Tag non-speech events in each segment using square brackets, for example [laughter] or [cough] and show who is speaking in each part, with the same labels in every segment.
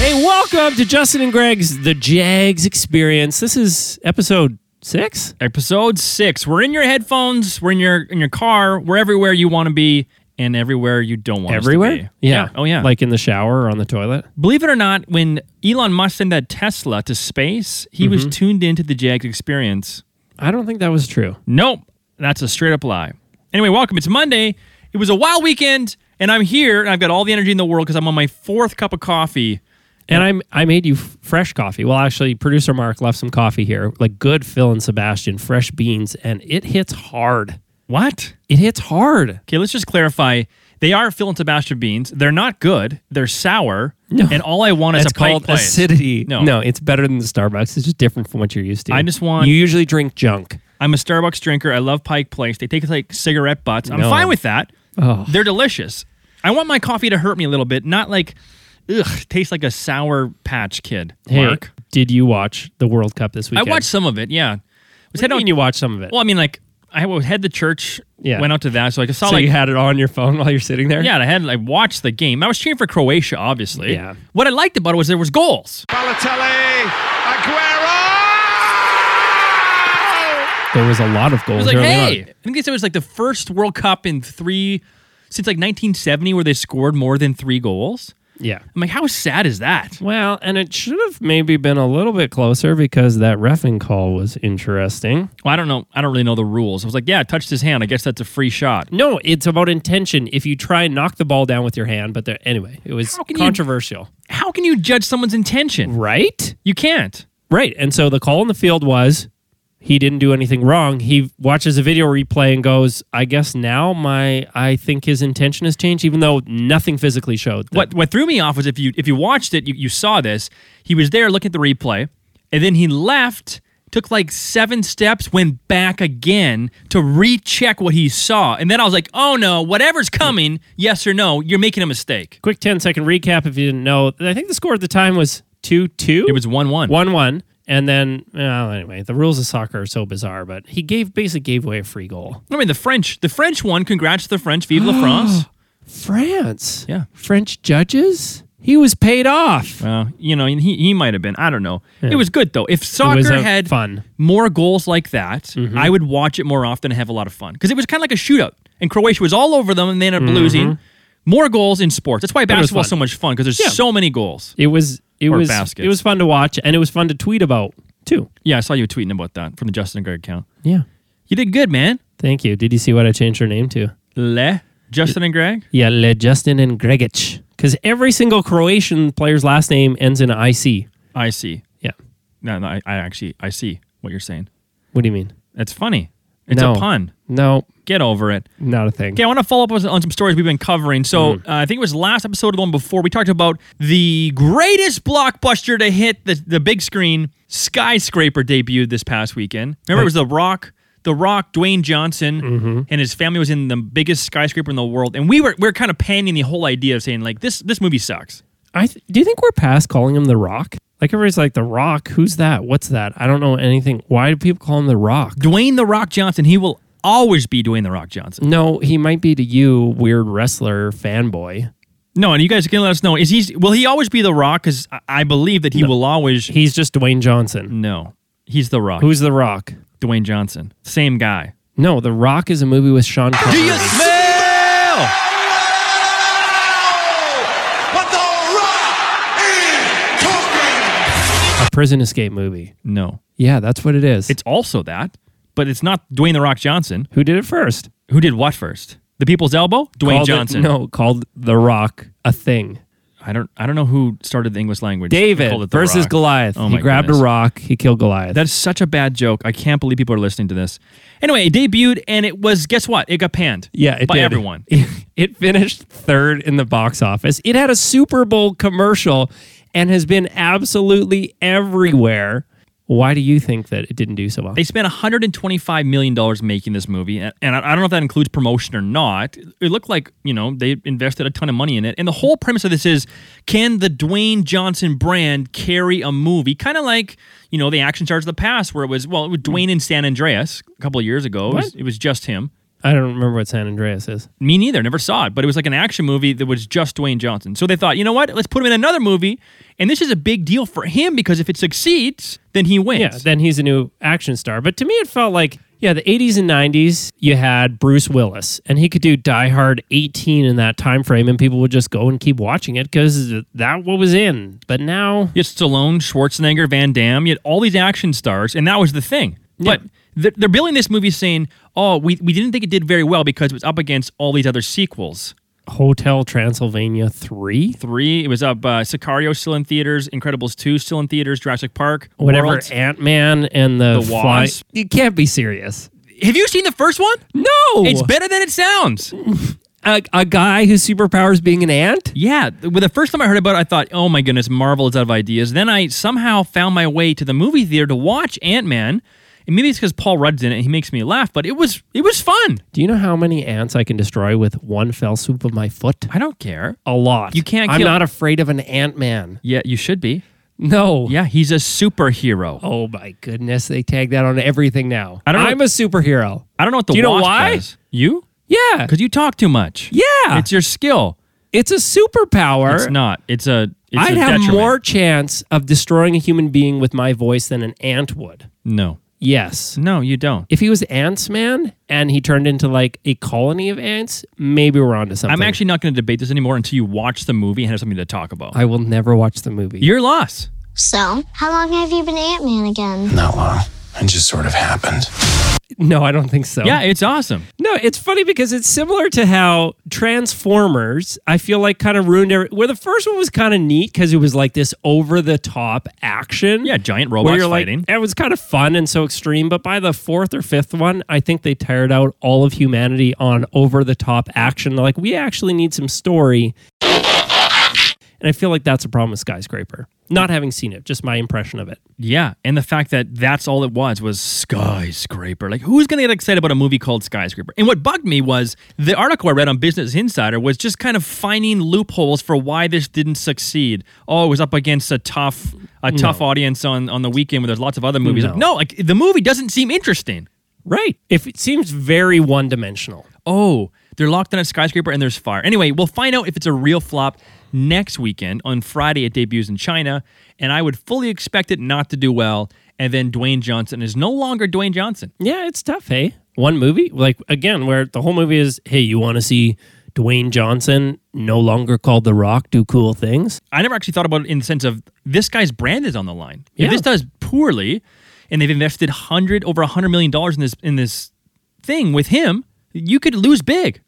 Speaker 1: Welcome to Justin and Greg's The Jags Experience. This is episode six.
Speaker 2: Episode six. We're in your headphones. We're in your in your car. We're everywhere you want to be, and everywhere you don't want us to
Speaker 1: Everywhere?
Speaker 2: be.
Speaker 1: Oh,
Speaker 2: Oh
Speaker 1: yeah.
Speaker 2: yeah.
Speaker 1: Like in the shower or on the toilet.
Speaker 2: Believe it or not, when Elon Musk sent that Tesla to space, he was
Speaker 1: Mm-hmm.
Speaker 2: tuned into the Jags experience.
Speaker 1: I don't think that was true.
Speaker 2: Nope, that's a straight up lie. Anyway, welcome. It's Monday. It was a wild weekend, and I'm here, and I've got all the energy in the world because I'm on my fourth cup of coffee.
Speaker 1: And I'm, I made you f- fresh coffee. Well, actually, producer Mark left some coffee here, like good Phil and Sebastian, fresh beans, and it hits hard.
Speaker 2: What?
Speaker 1: It hits hard.
Speaker 2: Okay, let's just clarify. They are Phil and Sebastian beans. They're not good. They're sour.
Speaker 1: No.
Speaker 2: And all I want is
Speaker 1: It's
Speaker 2: a pint
Speaker 1: called
Speaker 2: glaze.
Speaker 1: acidity.
Speaker 2: No.
Speaker 1: no, it's better than the Starbucks. It's just different from what you're used to.
Speaker 2: I just want-
Speaker 1: You usually drink junk.
Speaker 2: I'm a Starbucks drinker. I love Pike Place. They take like cigarette butts. I'm
Speaker 1: No.
Speaker 2: fine with that.
Speaker 1: Oh.
Speaker 2: They're delicious. I want my coffee to hurt me a little bit, not like, ugh, tastes like a sour patch kid.
Speaker 1: Hey,
Speaker 2: Mark,
Speaker 1: did you watch the World Cup this
Speaker 2: I
Speaker 1: weekend?
Speaker 2: watched some of it. Yeah, was
Speaker 1: I
Speaker 2: head
Speaker 1: know
Speaker 2: on.
Speaker 1: you watched some of it.
Speaker 2: Well, I mean, like I w- had the church.
Speaker 1: Yeah.
Speaker 2: went out to that, so I just saw
Speaker 1: so
Speaker 2: like
Speaker 1: you had it on your phone while you're sitting there.
Speaker 2: yeah, and I had like watched the game. I was cheering for Croatia, obviously.
Speaker 1: Yeah.
Speaker 2: What I liked about it was there was goals.
Speaker 3: Balotelli, Aguero!
Speaker 1: there was a lot of
Speaker 2: I
Speaker 1: goals.
Speaker 2: was like,
Speaker 1: early on.
Speaker 2: hey, I think they said it was like the first World Cup in three since like 1970 where they scored more than three goals.
Speaker 1: yeah.
Speaker 2: I'm like, how sad is that?
Speaker 1: Well, and it should have maybe been a little bit closer because that refing call was interesting.
Speaker 2: Well, I don't know. I don't really know the rules. I was like, yeah, I touched his hand. I guess that's a free shot.
Speaker 1: No, it's about intention. If you try and knock the ball down with your hand, but there, anyway, it was
Speaker 2: How can you-
Speaker 1: controversial,
Speaker 2: How can you judge someone's intention?
Speaker 1: right?
Speaker 2: You can't.
Speaker 1: Right. And so the call in the field was he didn't do anything wrong. He watches a video replay and goes, "I guess now my I think his intention has changed, even though nothing physically showed." that-
Speaker 2: What what threw me off was if you if you watched it, you, you saw this. He was there looking at the replay, and then he left, took like seven steps, went back again to recheck what he saw. And then I was like, oh no, whatever's coming, yes or no, you're making a mistake.
Speaker 1: Quick 10 second recap if you didn't know. I think the score at the time was 2 2.
Speaker 2: It was one one.
Speaker 1: 1 1. And then, well, anyway, the rules of soccer are so bizarre, but he gave basically gave away a free goal.
Speaker 2: I mean the French. The French won. Congrats to the French. Vive la France.
Speaker 1: France.
Speaker 2: Yeah.
Speaker 1: French judges? He was paid off.
Speaker 2: Well, you know, he, he might have been. I don't know. It was good though. If soccer
Speaker 1: a
Speaker 2: had
Speaker 1: uh, fun. Mm-hmm.
Speaker 2: more goals like that, I would watch it more often and have a lot of fun because it was kind of like a shootout. And Croatia was all over them, and they ended up losing. More goals in sports. That's why
Speaker 1: Mm-hmm. was
Speaker 2: basketball's
Speaker 1: fun.
Speaker 2: so much fun because there's
Speaker 1: Yeah.
Speaker 2: so many goals.
Speaker 1: It was it
Speaker 2: Or
Speaker 1: was
Speaker 2: baskets.
Speaker 1: it was fun to watch and it was fun to tweet about too.
Speaker 2: Yeah, I saw you tweeting about that from the Justin and Greg account.
Speaker 1: Yeah.
Speaker 2: You did good, man.
Speaker 1: Thank you. Did you see what I changed her name to?
Speaker 2: Le Justin and Greg.
Speaker 1: Yeah, Le Justin and Gregic. Because every single Croatian player's last name ends in IC.
Speaker 2: I see.
Speaker 1: Yeah.
Speaker 2: No, no, I, I actually I see what you're saying.
Speaker 1: What do you mean?
Speaker 2: That's funny. It's
Speaker 1: No.
Speaker 2: a pun.
Speaker 1: No,
Speaker 2: Get over it.
Speaker 1: not a thing.
Speaker 2: Okay, I want to follow up on on some stories we've been covering. So uh, I think it was last episode or the one before we talked about the greatest blockbuster to hit the, the big screen. Skyscraper debuted this past weekend. Remember, it was The Rock, The Rock, Dwayne Johnson, and his family was in the biggest skyscraper in the world. And we were we were kind of panning the whole idea of saying like this this movie sucks.
Speaker 1: I th- do you think we're past calling him the Rock? Like everybody's like the Rock. Who's that? What's that? I don't know anything. Why do people call him the Rock?
Speaker 2: Dwayne The Rock Johnson, he will always be Dwayne The Rock Johnson.
Speaker 1: No, he might be to you weird wrestler fanboy.
Speaker 2: No, and you guys can let us know is he will he always be The Rock? Because I, I believe that he will always.
Speaker 1: He's just Dwayne Johnson.
Speaker 2: No, he's The Rock.
Speaker 1: Who's the Rock?
Speaker 2: Dwayne Johnson. Same guy.
Speaker 1: No, the Rock is a movie with Sean Connery.
Speaker 2: smell?
Speaker 3: But the rock is talking!
Speaker 1: a prison escape movie.
Speaker 2: No.
Speaker 1: Yeah, that's what it is.
Speaker 2: It's also that, but it's not Dwayne The Rock Johnson.
Speaker 1: who did it first?
Speaker 2: Who did what first? The People's Elbow? Dwayne
Speaker 1: Called it-
Speaker 2: Johnson.
Speaker 1: no, called the Rock a thing.
Speaker 2: I don't I don't know who started the English language. They called
Speaker 1: David
Speaker 2: it The
Speaker 1: versus
Speaker 2: Rock.
Speaker 1: Goliath.
Speaker 2: Oh
Speaker 1: he
Speaker 2: my
Speaker 1: grabbed
Speaker 2: goodness.
Speaker 1: a rock. He killed Goliath.
Speaker 2: That's such a bad joke. I can't believe people are listening to this. Anyway, it debuted and it was guess what? It got panned.
Speaker 1: Yeah, it
Speaker 2: by
Speaker 1: did.
Speaker 2: everyone.
Speaker 1: [laughs] It finished third in the box office. It had a Super Bowl commercial and has been absolutely everywhere. Why do you think that it didn't do so well?
Speaker 2: They spent 125 million dollars making this movie, and and I I don't know if that includes promotion or not. It looked like you know they invested a ton of money in it, and the whole premise of this is: can the Dwayne Johnson brand carry a movie? Kind of like you know the action stars of the past, where it was well, it was Dwayne in San Andreas a couple of years ago. It was, it was just him.
Speaker 1: I don't remember what San Andreas is.
Speaker 2: Me neither. Never saw it, but it was like an action movie that was just Dwayne Johnson. So they thought, you know what? Let's put him in another movie, and this is a big deal for him because if it succeeds, then he wins.
Speaker 1: Yeah, then he's a new action star. But to me, it felt like, yeah, the 80s and 90s, you had Bruce Willis, and he could do Die Hard 18 in that time frame, and people would just go and keep watching it because that what was in. But now,
Speaker 2: You had Stallone, Schwarzenegger, Van Damme. You had all these action stars, and that was the thing. But they're, they're billing this movie saying, "Oh, we, we didn't think it did very well because it was up against all these other sequels.
Speaker 1: Hotel Transylvania 3,
Speaker 2: Three, it was up uh, Sicario still in theaters, Incredibles two still in theaters, Jurassic Park,
Speaker 1: whatever,
Speaker 2: World.
Speaker 1: Ant Man and the,
Speaker 2: The
Speaker 1: Fly-
Speaker 2: Wasp.
Speaker 1: You can't be serious.
Speaker 2: Have you seen the first one?
Speaker 1: No!
Speaker 2: It's better than it sounds.
Speaker 1: a, a guy whose superpower is being an ant?
Speaker 2: Yeah, th- well, the first time I heard about it, I thought, oh my goodness, Marvel is out of ideas. Then I somehow found my way to the movie theater to watch Ant Man. And maybe it's because Paul Rudd's in it; he makes me laugh. But it was it was fun.
Speaker 1: Do you know how many ants I can destroy with one fell swoop of my foot?
Speaker 2: I don't care.
Speaker 1: A lot.
Speaker 2: You can't
Speaker 1: I'm
Speaker 2: kill-
Speaker 1: not afraid of an ant man.
Speaker 2: Yeah, you should be.
Speaker 1: No.
Speaker 2: Yeah, he's a superhero.
Speaker 1: Oh my goodness, they tag that on everything now.
Speaker 2: I don't know-
Speaker 1: I'm a superhero.
Speaker 2: I don't know what the
Speaker 1: Do you know
Speaker 2: wasp
Speaker 1: why?
Speaker 2: does. You?
Speaker 1: Yeah.
Speaker 2: Because you talk too much.
Speaker 1: Yeah.
Speaker 2: It's your skill.
Speaker 1: It's a superpower.
Speaker 2: It's not. It's a. It's
Speaker 1: I'd
Speaker 2: a
Speaker 1: have
Speaker 2: detriment.
Speaker 1: more chance of destroying a human being with my voice than an ant would.
Speaker 2: No,
Speaker 1: Yes.
Speaker 2: no, you don't.
Speaker 1: If he was ants man and he turned into like a colony of ants, maybe we're onto something.
Speaker 2: I'm actually not going to debate this anymore until you watch the movie and have something to talk about.
Speaker 1: I will never watch the movie.
Speaker 2: Your loss.
Speaker 4: So, how long have you been Ant Man again?
Speaker 5: Not long. It just sort of happened.
Speaker 1: no, I don't think so.
Speaker 2: Yeah, it's awesome.
Speaker 1: No, it's funny because it's similar to how Transformers, I feel like, kind of ruined every. Where the first one was kind of neat because it was like this over the top action.
Speaker 2: Yeah, giant
Speaker 1: Where
Speaker 2: robots
Speaker 1: you're like,
Speaker 2: fighting.
Speaker 1: it was kind of fun and so extreme, but by the fourth or fifth one, I think they tired out all of humanity on over the top action. They're like, we actually need some story. And I feel like that's a problem with Skyscraper. Not having seen it, just my impression of it.
Speaker 2: Yeah, and the fact that that's all it was was skyscraper. Like, who's going to get excited about a movie called Skyscraper? And what bugged me was the article I read on Business Insider was just kind of finding loopholes for why this didn't succeed. Oh, it was up against a tough, a tough audience on on the weekend where there's lots of other movies.
Speaker 1: No.
Speaker 2: No, like the movie doesn't seem interesting.
Speaker 1: Right. If it seems very one dimensional.
Speaker 2: Oh, they're locked in a skyscraper and there's fire. Anyway, we'll find out if it's a real flop next weekend. On Friday, it debuts in China, and I would fully expect it not to do well. And then Dwayne Johnson is no longer Dwayne Johnson.
Speaker 1: Yeah, it's tough, hey? One movie? Like, again, where the whole movie is, hey, you want to see Dwayne Johnson, no longer called The Rock, do cool things?
Speaker 2: I never actually thought about it in the sense of this guy's brand is on the line.
Speaker 1: Yeah.
Speaker 2: If this does poorly, and they've invested hundred over hundred million dollars in this in this thing with him, you could lose big.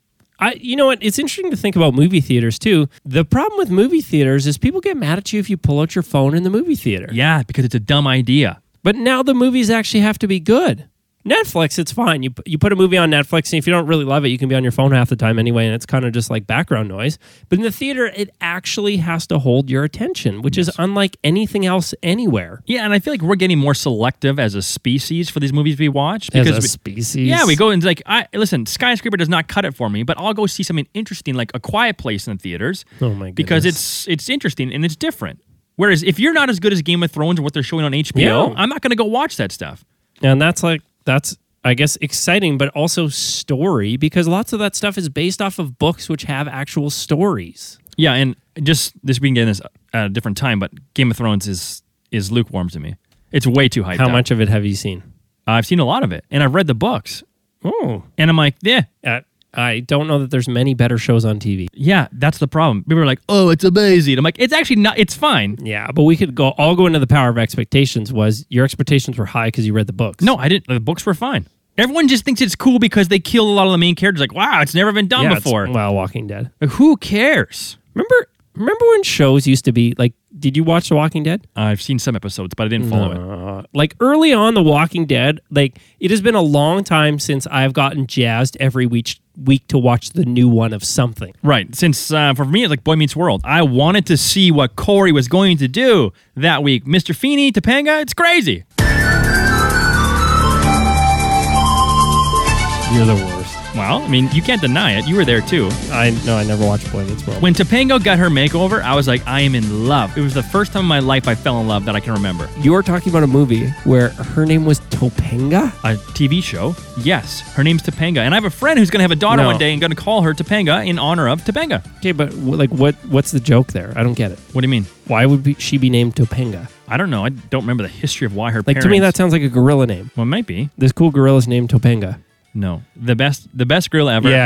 Speaker 1: I, you know what? It's interesting to think about movie theaters, too. The problem with movie theaters is people get mad at you if you pull out your phone in the movie theater.
Speaker 2: Yeah, because it's a dumb idea.
Speaker 1: But now the movies actually have to be good. Netflix, it's fine. You, pu- you put a movie on Netflix, and if you don't really love it, you can be on your phone half the time anyway, and it's kind of just like background noise. But in the theater, it actually has to hold your attention, which is unlike anything else anywhere.
Speaker 2: Yeah, and I feel like we're getting more selective as a species for these movies we watch
Speaker 1: As
Speaker 2: because
Speaker 1: a
Speaker 2: we-
Speaker 1: species.
Speaker 2: Yeah, we go and like I listen, skyscraper does not cut it for me, but I'll go see something interesting like a quiet place in the theaters.
Speaker 1: Oh my
Speaker 2: Because
Speaker 1: goodness.
Speaker 2: it's it's interesting and it's different. Whereas if you're not as good as Game of Thrones or what they're showing on HBO,
Speaker 1: Yeah.
Speaker 2: I'm not gonna go watch that stuff.
Speaker 1: And that's like that's I guess exciting, but also story because lots of that stuff is based off of books which have actual stories.
Speaker 2: Yeah, and just this we can get in this at a different time, but Game of Thrones is is lukewarm to me. It's way too hyped.
Speaker 1: How
Speaker 2: up.
Speaker 1: much of it have you seen?
Speaker 2: I've seen a lot of it, and I've read the books,
Speaker 1: Oh,
Speaker 2: and I'm like, yeah,
Speaker 1: uh, I don't know that there's many better shows on TV.
Speaker 2: yeah, that's the problem. People are like, oh, it's amazing. I'm like, it's actually not. It's fine.
Speaker 1: Yeah, but we could go all go into the power of expectations. Was your expectations were high because you read the books?
Speaker 2: No, I didn't. The books were fine. Everyone just thinks it's cool because they kill a lot of the main characters. Like, wow, it's never been done
Speaker 1: yeah, it's-
Speaker 2: before.
Speaker 1: Well, Walking Dead.
Speaker 2: Like, who cares?
Speaker 1: Remember, remember when shows used to be like? Did you watch The Walking Dead?
Speaker 2: I've seen some episodes, but I didn't follow it.
Speaker 1: Uh, like early on The Walking Dead, like it has been a long time since I've gotten jazzed every week week to watch the new one of something.
Speaker 2: Right. Since uh, for me, it's like Boy Meets World. I wanted to see what Corey was going to do that week. Mr. Feeney, Topanga, it's crazy.
Speaker 1: You're the worst.
Speaker 2: Well, I mean, you can't deny it. You were there too.
Speaker 1: I no, I never watched Boy Meets World.
Speaker 2: When Topango got her makeover, I was like, I am in love. It was the first time in my life I fell in love that I can remember.
Speaker 1: you were talking about a movie where her name was Topanga.
Speaker 2: A TV show? Yes. Her name's Topanga. And I have a friend who's going to have a daughter
Speaker 1: No.
Speaker 2: one day and going to call her Topanga in honor of Topanga.
Speaker 1: Okay, but w- like, what what's the joke there? I don't get it.
Speaker 2: What do you mean?
Speaker 1: Why would be, she be named Topanga?
Speaker 2: I don't know. I don't remember the history of why her
Speaker 1: Like
Speaker 2: parents.
Speaker 1: to me, that sounds like a gorilla name.
Speaker 2: Well, it might be.
Speaker 1: This cool gorilla's named Topanga.
Speaker 2: No. The best the best grill ever. was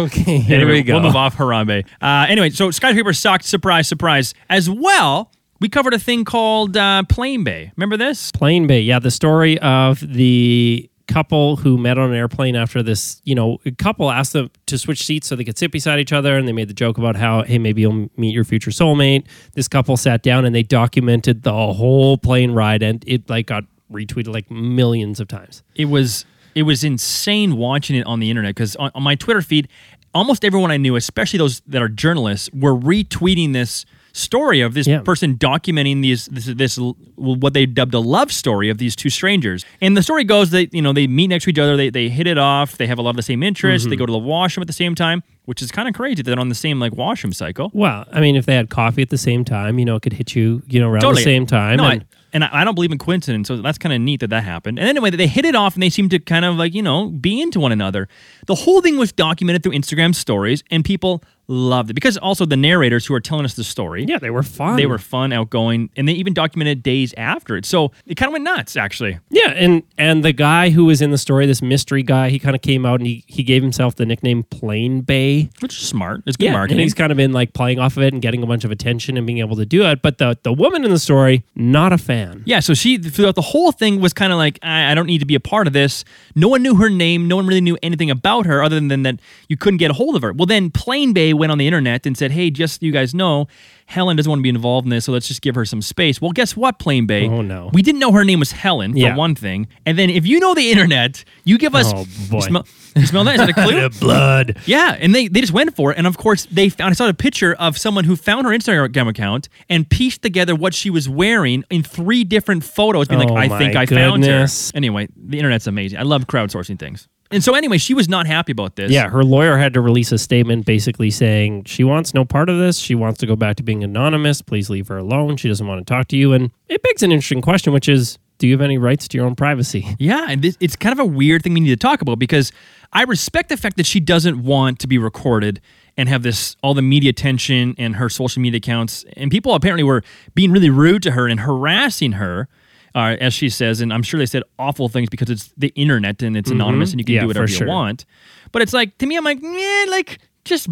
Speaker 1: [laughs] okay, Oh, here
Speaker 2: Anyway,
Speaker 1: we go.
Speaker 2: We'll move off Harambe. Uh, anyway, so Skyscraper sucked. Surprise, surprise. As well, we covered a thing called uh, Plane Bay. Remember this?
Speaker 1: Plane Bay. Yeah, the story of the couple who met on an airplane after this, you know, a couple asked them to switch seats so they could sit beside each other and they made the joke about how, hey, maybe you'll meet your future soulmate. This couple sat down and they documented the whole plane ride and it like got retweeted like millions of times.
Speaker 2: It was it was insane watching it on the internet because on, on my Twitter feed, almost everyone I knew, especially those that are journalists, were retweeting this story of this
Speaker 1: Yeah.
Speaker 2: person documenting these this, this l- what they dubbed a love story of these two strangers. And the story goes that you know they meet next to each other, they they hit it off, they have a lot of the same interests, they go to the washroom at the same time, which is kind of crazy that they're on the same like washroom cycle.
Speaker 1: Well, I mean, if they had coffee at the same time, you know, it could hit you, you know, around the same time.
Speaker 2: No,
Speaker 1: and,
Speaker 2: I, and I I don't believe in coincidence, so that's kind of neat that that happened. And anyway, they hit it off and they seemed to kind of like, you know, be into one another. The whole thing was documented through Instagram stories and people loved it because also the narrators who are telling us the story.
Speaker 1: yeah, they were fun.
Speaker 2: They were fun, outgoing, and they even documented days after it. So it kind of went nuts, actually.
Speaker 1: Yeah, and and the guy who was in the story, this mystery guy, he kind of came out and he, he gave himself the nickname Plane Bay.
Speaker 2: Which is smart. It's good marketing.
Speaker 1: and he's kind of been like playing off of it and getting a bunch of attention and being able to do it. But the the woman in the story, not a fan.
Speaker 2: Yeah, so she throughout the whole thing was kind of like, I, I don't need to be a part of this. No one knew her name. No one really knew anything about her other than that you couldn't get a hold of her. Well, then Plain Bay went on the internet and said, Hey, just so you guys know, Helen doesn't want to be involved in this, so let's just give her some space. Well, guess what, Plain Bay?
Speaker 1: Oh, no.
Speaker 2: We didn't know her name was Helen, for
Speaker 1: Yeah.
Speaker 2: one thing. And then if you know the internet, you give us.
Speaker 1: Oh, boy.
Speaker 2: You smell, you smell that? Is that a
Speaker 1: [laughs]
Speaker 2: clue?
Speaker 1: blood.
Speaker 2: Yeah, and they, they just went for it. And of course, they found I saw a picture of someone who found her Instagram account and pieced together what she was wearing in three different photos, being
Speaker 1: Oh
Speaker 2: like, I
Speaker 1: my
Speaker 2: think I found her.
Speaker 1: goodness.
Speaker 2: Anyway, the internet's amazing. I love crowdsourcing things. And so, anyway, she was not happy about this.
Speaker 1: Yeah, her lawyer had to release a statement basically saying she wants no part of this. She wants to go back to being anonymous. Please leave her alone. She doesn't want to talk to you. And it begs an interesting question, which is, do you have any rights to your own
Speaker 2: [laughs]
Speaker 1: privacy?
Speaker 2: Yeah, and this, it's kind of a weird thing we need to talk about because I respect the fact that she doesn't want to be recorded and have this all the media attention and her social media accounts. And people apparently were being really rude to her and harassing her, uh, as she says. And I'm sure they said awful things because it's the internet and it's anonymous and you can
Speaker 1: Mm-hmm. Yeah,
Speaker 2: do whatever
Speaker 1: for
Speaker 2: you
Speaker 1: sure.
Speaker 2: want. But it's like to me, I'm like, eh, like just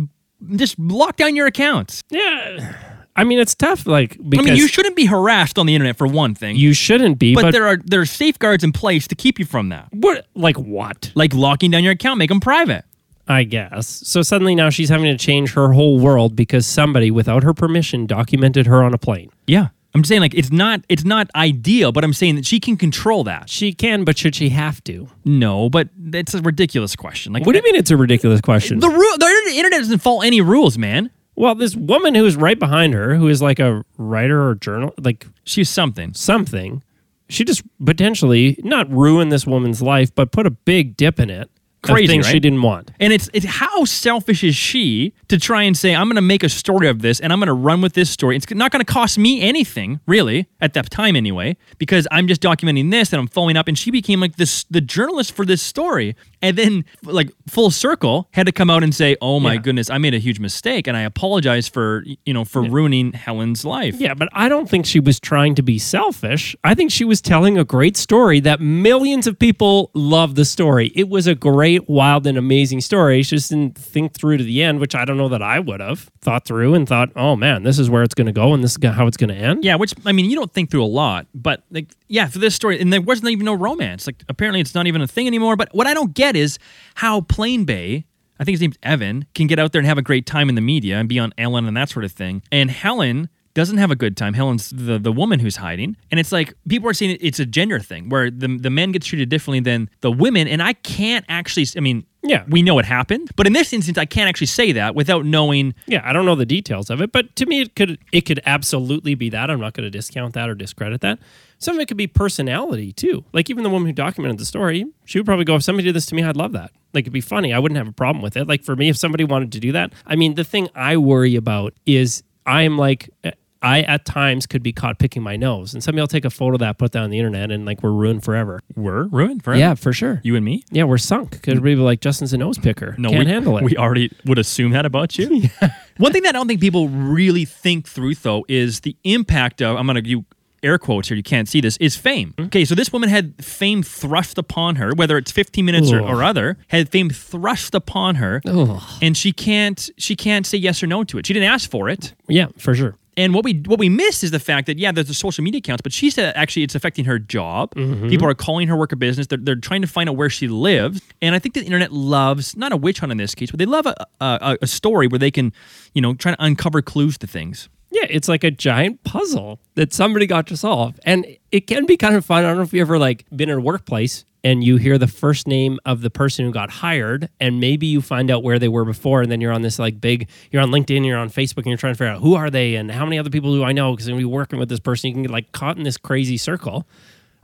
Speaker 2: just lock down your accounts.
Speaker 1: Yeah. I mean, it's tough. Like
Speaker 2: I
Speaker 1: because
Speaker 2: mean, you shouldn't be harassed on the internet for one thing.
Speaker 1: you shouldn't be,
Speaker 2: but,
Speaker 1: but,
Speaker 2: there are there are safeguards in place to keep you from that,
Speaker 1: what like what?
Speaker 2: like locking down your account, make them private.
Speaker 1: I guess. So suddenly now she's having to change her whole world because somebody without her permission documented her on a plane.
Speaker 2: Yeah. I'm saying like it's not it's not ideal, but I'm saying that she can control that.
Speaker 1: She can, but should she have to?
Speaker 2: No, but that's a ridiculous question. Like
Speaker 1: What do you mean it's a ridiculous question?
Speaker 2: The rule the inter- internet doesn't follow any rules, man.
Speaker 1: well, this woman who is right behind her, who is like a writer or journal, like
Speaker 2: She's something.
Speaker 1: something, she just potentially not ruin this woman's life, but put a big dip in it. of
Speaker 2: Crazy,
Speaker 1: things she
Speaker 2: right?
Speaker 1: didn't want.
Speaker 2: And it's it's how selfish is she to try and say I'm going to make a story of this and I'm going to run with this story. It's not going to cost me anything really at that time anyway because I'm just documenting this and I'm following up. And she became like this the journalist for this story, and then like full circle had to come out and say, "Oh my goodness, I made a huge mistake and I apologize for you know for ruining Helen's life."
Speaker 1: Yeah, but I don't think she was trying to be selfish. I think she was telling a great story that millions of people love the story. It was a great, wild, and amazing story. She just didn't think through to the end, which I don't know that I would have thought through and thought, oh man, this is where it's going to go and this is go- how it's going to end.
Speaker 2: Yeah, which I mean, you don't think through a lot, but like, yeah, for this story, and there wasn't even no romance. Like, apparently, it's not even a thing anymore. But what I don't get is how Plain Bay, I think his name's Evan, can get out there and have a great time in the media and be on Ellen and that sort of thing, and Helen doesn't have a good time. Helen's the, the woman who's hiding, and it's like people are saying it- it's a gender thing where the the men get treated differently than the women, and I can't actually. s- I mean,
Speaker 1: Yeah.
Speaker 2: we know it happened, but in this instance, I can't actually say that without knowing
Speaker 1: Yeah, I don't know the details of it, but to me, it could it could absolutely be that. I'm not going to discount that or discredit that. Some of it could be personality too. Like even the woman who documented the story, she would probably go, "If somebody did this to me, I'd love that." Like it'd be funny. I wouldn't have a problem with it. Like for me, if somebody wanted to do that, I mean, the thing I worry about is I am like. eh, I at times could be caught picking my nose, and somebody will take a photo of that, put that on the internet, and like we're ruined forever.
Speaker 2: We're ruined forever.
Speaker 1: Yeah, for sure.
Speaker 2: You and me?
Speaker 1: yeah, we're sunk because we be like Justin's a nose picker. No,
Speaker 2: No,
Speaker 1: can't
Speaker 2: we,
Speaker 1: handle it.
Speaker 2: We already would assume that
Speaker 1: [laughs]
Speaker 2: about you. One thing that I don't think people really think through, though, is the impact of, I'm going to you air quotes here, you can't see this, is fame.
Speaker 1: Mm-hmm.
Speaker 2: Okay, so this woman had fame thrust upon her, whether it's 15 minutes or,
Speaker 1: Ugh.
Speaker 2: or other, had fame thrust upon her, and she can't she can't say yes or no to it. She didn't ask for it.
Speaker 1: yeah, for sure.
Speaker 2: And what we what we miss is the fact that yeah, there's the social media accounts, but she said actually it's affecting her job. People are calling her work a business. They're, they're trying to find out where she lives. And I think the internet loves not a witch hunt in this case, but they love a, a, a story where they can you know try to uncover clues to things.
Speaker 1: Yeah, it's like a giant puzzle that somebody got to solve. And it can be kind of fun. I don't know if you ever like been in a workplace and you hear the first name of the person who got hired and maybe you find out where they were before and then you're on this like big you're on LinkedIn, you're on Facebook and you're trying to figure out who are they and how many other people do I know because I'm going to be working with this person. You can get like caught in this crazy circle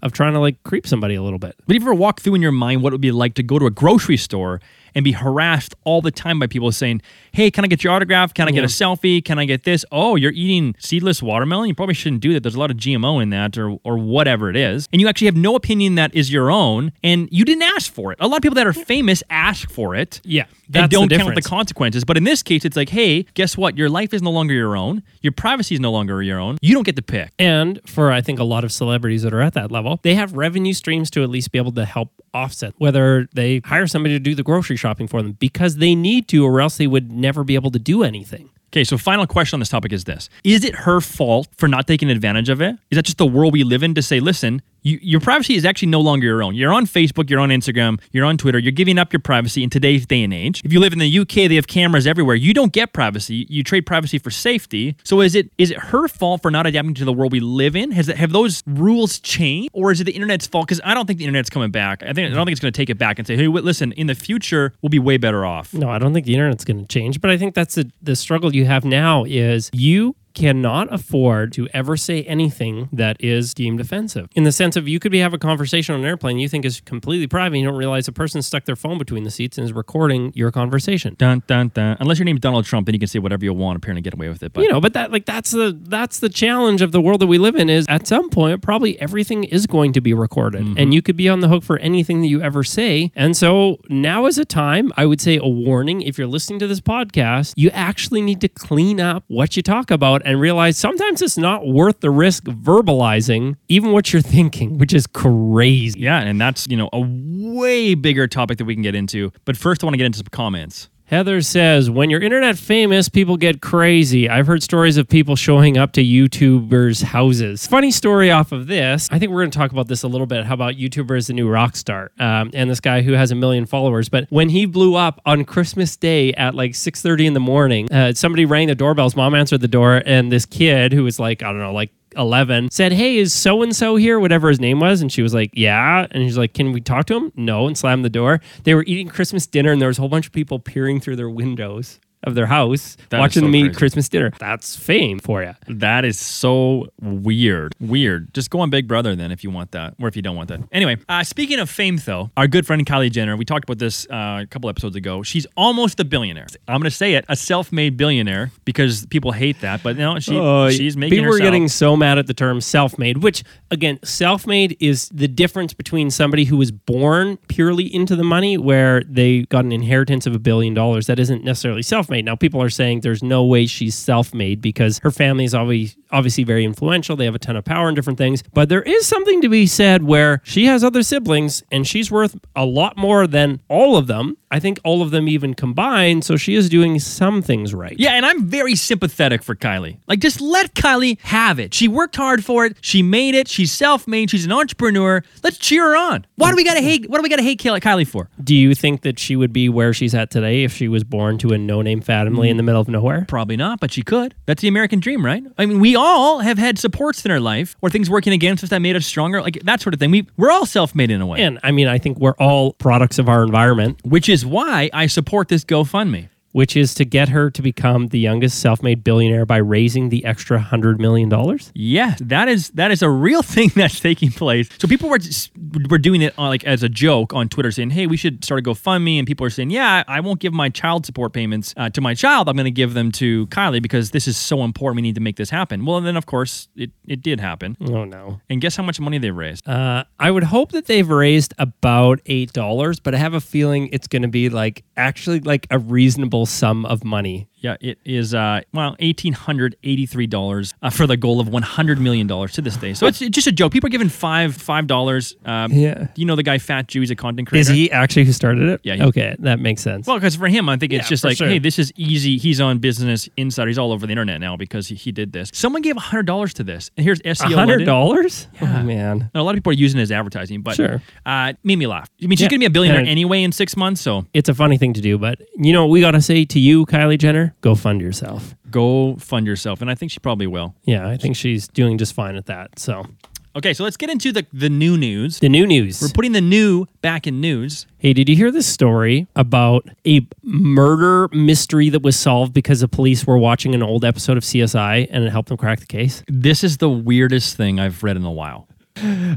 Speaker 1: of trying to like creep somebody a little bit.
Speaker 2: But if you ever walk through in your mind what it would be like to go to a grocery store and be harassed all the time by people saying, Hey, can I get your autograph? Can I get a selfie? Can I get this? Oh, you're eating seedless watermelon? You probably shouldn't do that. There's a lot of GMO in that or or whatever it is. And you actually have no opinion that is your own and you didn't ask for it. A lot of people that are famous ask for it.
Speaker 1: Yeah,
Speaker 2: And
Speaker 1: that's the
Speaker 2: don't count the
Speaker 1: difference.
Speaker 2: consequences. But in this case, it's like, hey, guess what? Your life is no longer your own. Your privacy is no longer your own. You don't get to pick.
Speaker 1: And for I think a lot of celebrities that are at that level, they have revenue streams to at least be able to help offset whether they hire somebody to do the grocery shopping for them because they need to or else they would never be able to do anything.
Speaker 2: Okay, so final question on this topic is this: Is it her fault for not taking advantage of it? Is that just the world we live in to say, listen, you, your privacy is actually no longer your own. You're on Facebook, you're on Instagram, you're on Twitter, you're giving up your privacy in today's day and age. If you live in the UK, they have cameras everywhere. You don't get privacy. You trade privacy for safety. So is it is it her fault for not adapting to the world we live in? Has it, have those rules changed, or is it the internet's fault? Because I don't think the internet's coming back. I think I don't think it's going to take it back and say, hey, w- listen, in the future we'll be way better off.
Speaker 1: No, I don't think the internet's going to change, but I think that's the the struggle you have now is you cannot afford to ever say anything that is deemed offensive. In the sense of you could be have a conversation on an airplane you think is completely private and you don't realize the person stuck their phone between the seats and is recording your conversation.
Speaker 2: Dun dun dun. Unless your name's Donald Trump, then you can say whatever you want, apparently get away with it. But
Speaker 1: you know but that like that's the that's the challenge of the world that we live in is at some point probably everything is going to be recorded and you could be on the hook for anything that you ever say and so now is a time i would say a warning if you're listening to this podcast you actually need to clean up what you talk about and realize sometimes it's not worth the risk of verbalizing even what you're thinking which is crazy
Speaker 2: yeah, and that's you know a way bigger topic that we can get into. But first, I want to get into some comments.
Speaker 1: Heather says, when you're internet famous, people get crazy. I've heard stories of people showing up to YouTubers' houses. Funny story off of this. I think we're going to talk about this a little bit. How about YouTuber is the new rock star um, and this guy who has a million followers. But when he blew up on Christmas Day at like 6.30 in the morning, uh, somebody rang the doorbells. Mom answered the door and this kid who was like, I don't know, like 11 said, Hey, is so and so here? Whatever his name was. And she was like, Yeah. And he's like, Can we talk to him? No. And slammed the door. They were eating Christmas dinner and there was a whole bunch of people peering through their windows of their house
Speaker 2: That is
Speaker 1: watching
Speaker 2: so
Speaker 1: them eat
Speaker 2: crazy.
Speaker 1: Christmas dinner. That's fame for you.
Speaker 2: That is so weird. Weird. Just go on Big Brother then if you want that, or if you don't want that. Anyway, uh, speaking of fame, though, our good friend Kylie Jenner, we talked about this uh, a couple episodes ago. She's almost a billionaire. I'm going to say it, a self-made billionaire, because people hate that. But no, she she's
Speaker 1: Uh,
Speaker 2: making
Speaker 1: people are
Speaker 2: herself.
Speaker 1: getting so mad at the term self-made which again self-made is the difference between somebody who was born purely into the money where they got an inheritance of a billion dollars that isn't necessarily self-made now people are saying there's no way she's self-made because her family is always obviously very influential they have a ton of power and different things but there is something to be said where she has other siblings and she's worth a lot more than all of them i think all of them even combined so she is doing some things right
Speaker 2: Yeah, and I'm very sympathetic for Kylie. Like, just let Kylie have it. She worked hard for it. She made it. She's self-made. She's an entrepreneur. Let's cheer her on. Why do we gotta hate? What do we gotta hate Kylie Kylie for?
Speaker 1: Do you think that she would be where she's at today if she was born to a no-name family in the middle of nowhere?
Speaker 2: Probably not, but she could. That's the American dream, right? I mean, we all have had supports in our life or things working against us that made us stronger, like that sort of thing. We we're all self-made in a way,
Speaker 1: And I mean, I think we're all products of our environment.
Speaker 2: which is why I support this GoFundMe.
Speaker 1: which is to get her to become the youngest self-made billionaire by raising the extra hundred million dollars.
Speaker 2: Yeah, that is that is a real [laughs] thing that's taking place. So people were just- were doing it on, like as a joke on Twitter, saying, "Hey, we should start a GoFundMe," and people are saying, "Yeah, I I won't give my child support payments uh, to my child. I'm going to give them to Kylie because this is so important. We need to make this happen." Well, and then of course it it did happen.
Speaker 1: Oh no.
Speaker 2: And guess how much money they raised?
Speaker 1: Uh, I would hope that they've raised about eight dollars, but I have a feeling it's going to be like actually like a reasonable sum of money.
Speaker 2: yeah, it is uh, well eighteen hundred eighty three dollars uh, for the goal of one hundred million dollars to this day. So it's, it's just a joke. People are giving five five dollars. Um,
Speaker 1: Yeah.
Speaker 2: you know the guy Fat Jew? He's a content creator.
Speaker 1: Is he actually who started it?
Speaker 2: Yeah, he-
Speaker 1: Okay, that makes sense.
Speaker 2: Well, because for him, I think it's
Speaker 1: Yeah,
Speaker 2: just
Speaker 1: for
Speaker 2: like,
Speaker 1: sure.
Speaker 2: hey, this is easy. He's on Business Insider. He's all over the internet now because he, he did this. Someone gave hundred dollars to this, and here's E SEO.
Speaker 1: hundred
Speaker 2: London.
Speaker 1: dollars? Oh man.
Speaker 2: Now, a lot of people are using it as advertising, but
Speaker 1: Sure.
Speaker 2: uh, made me laugh. I mean, she's
Speaker 1: Yeah.
Speaker 2: gonna be a billionaire
Speaker 1: And-
Speaker 2: anyway in six months, so
Speaker 1: It's a funny thing to do, but you know what we gotta say to you, Kylie Jenner? Go fund yourself.
Speaker 2: go fund yourself, and I think she probably will.
Speaker 1: Yeah, I think she's doing just fine at that. So
Speaker 2: Okay, so let's get into the the new news.
Speaker 1: the new news.
Speaker 2: We're putting the new back in news.
Speaker 1: Hey, did you hear this story about a murder mystery that was solved because the police were watching an old episode of CSI and it helped them crack the case?
Speaker 2: This is the weirdest thing I've read in a while.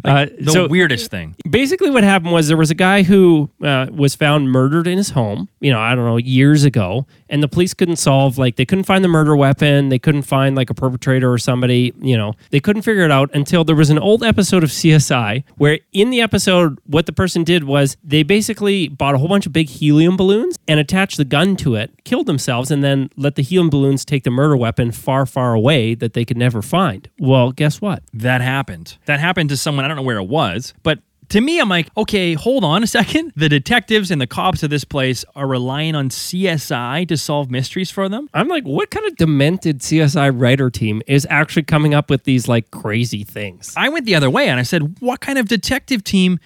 Speaker 1: uh,
Speaker 2: The
Speaker 1: so
Speaker 2: weirdest thing.
Speaker 1: basically, what happened was there was a guy who uh, was found murdered in his home. You know, I don't know, years ago, and the police couldn't solve like they couldn't find the murder weapon, they couldn't find like a perpetrator or somebody. You know, they couldn't figure it out until there was an old episode of CSI where in the episode, what the person did was they basically bought a whole bunch of big helium balloons and attached the gun to it, killed themselves, and then let the helium balloons take the murder weapon far, far away that they could never find. Well, guess what?
Speaker 2: that happened. That happened to someone. I don't know where it was, but to me, I'm like, okay, hold on a [laughs] second. The detectives and the cops of this place are relying on CSI to solve mysteries for them.
Speaker 1: I'm like, what kind of demented CSI writer team is actually coming up with these like crazy things?
Speaker 2: I went the other way and I said, what kind of detective team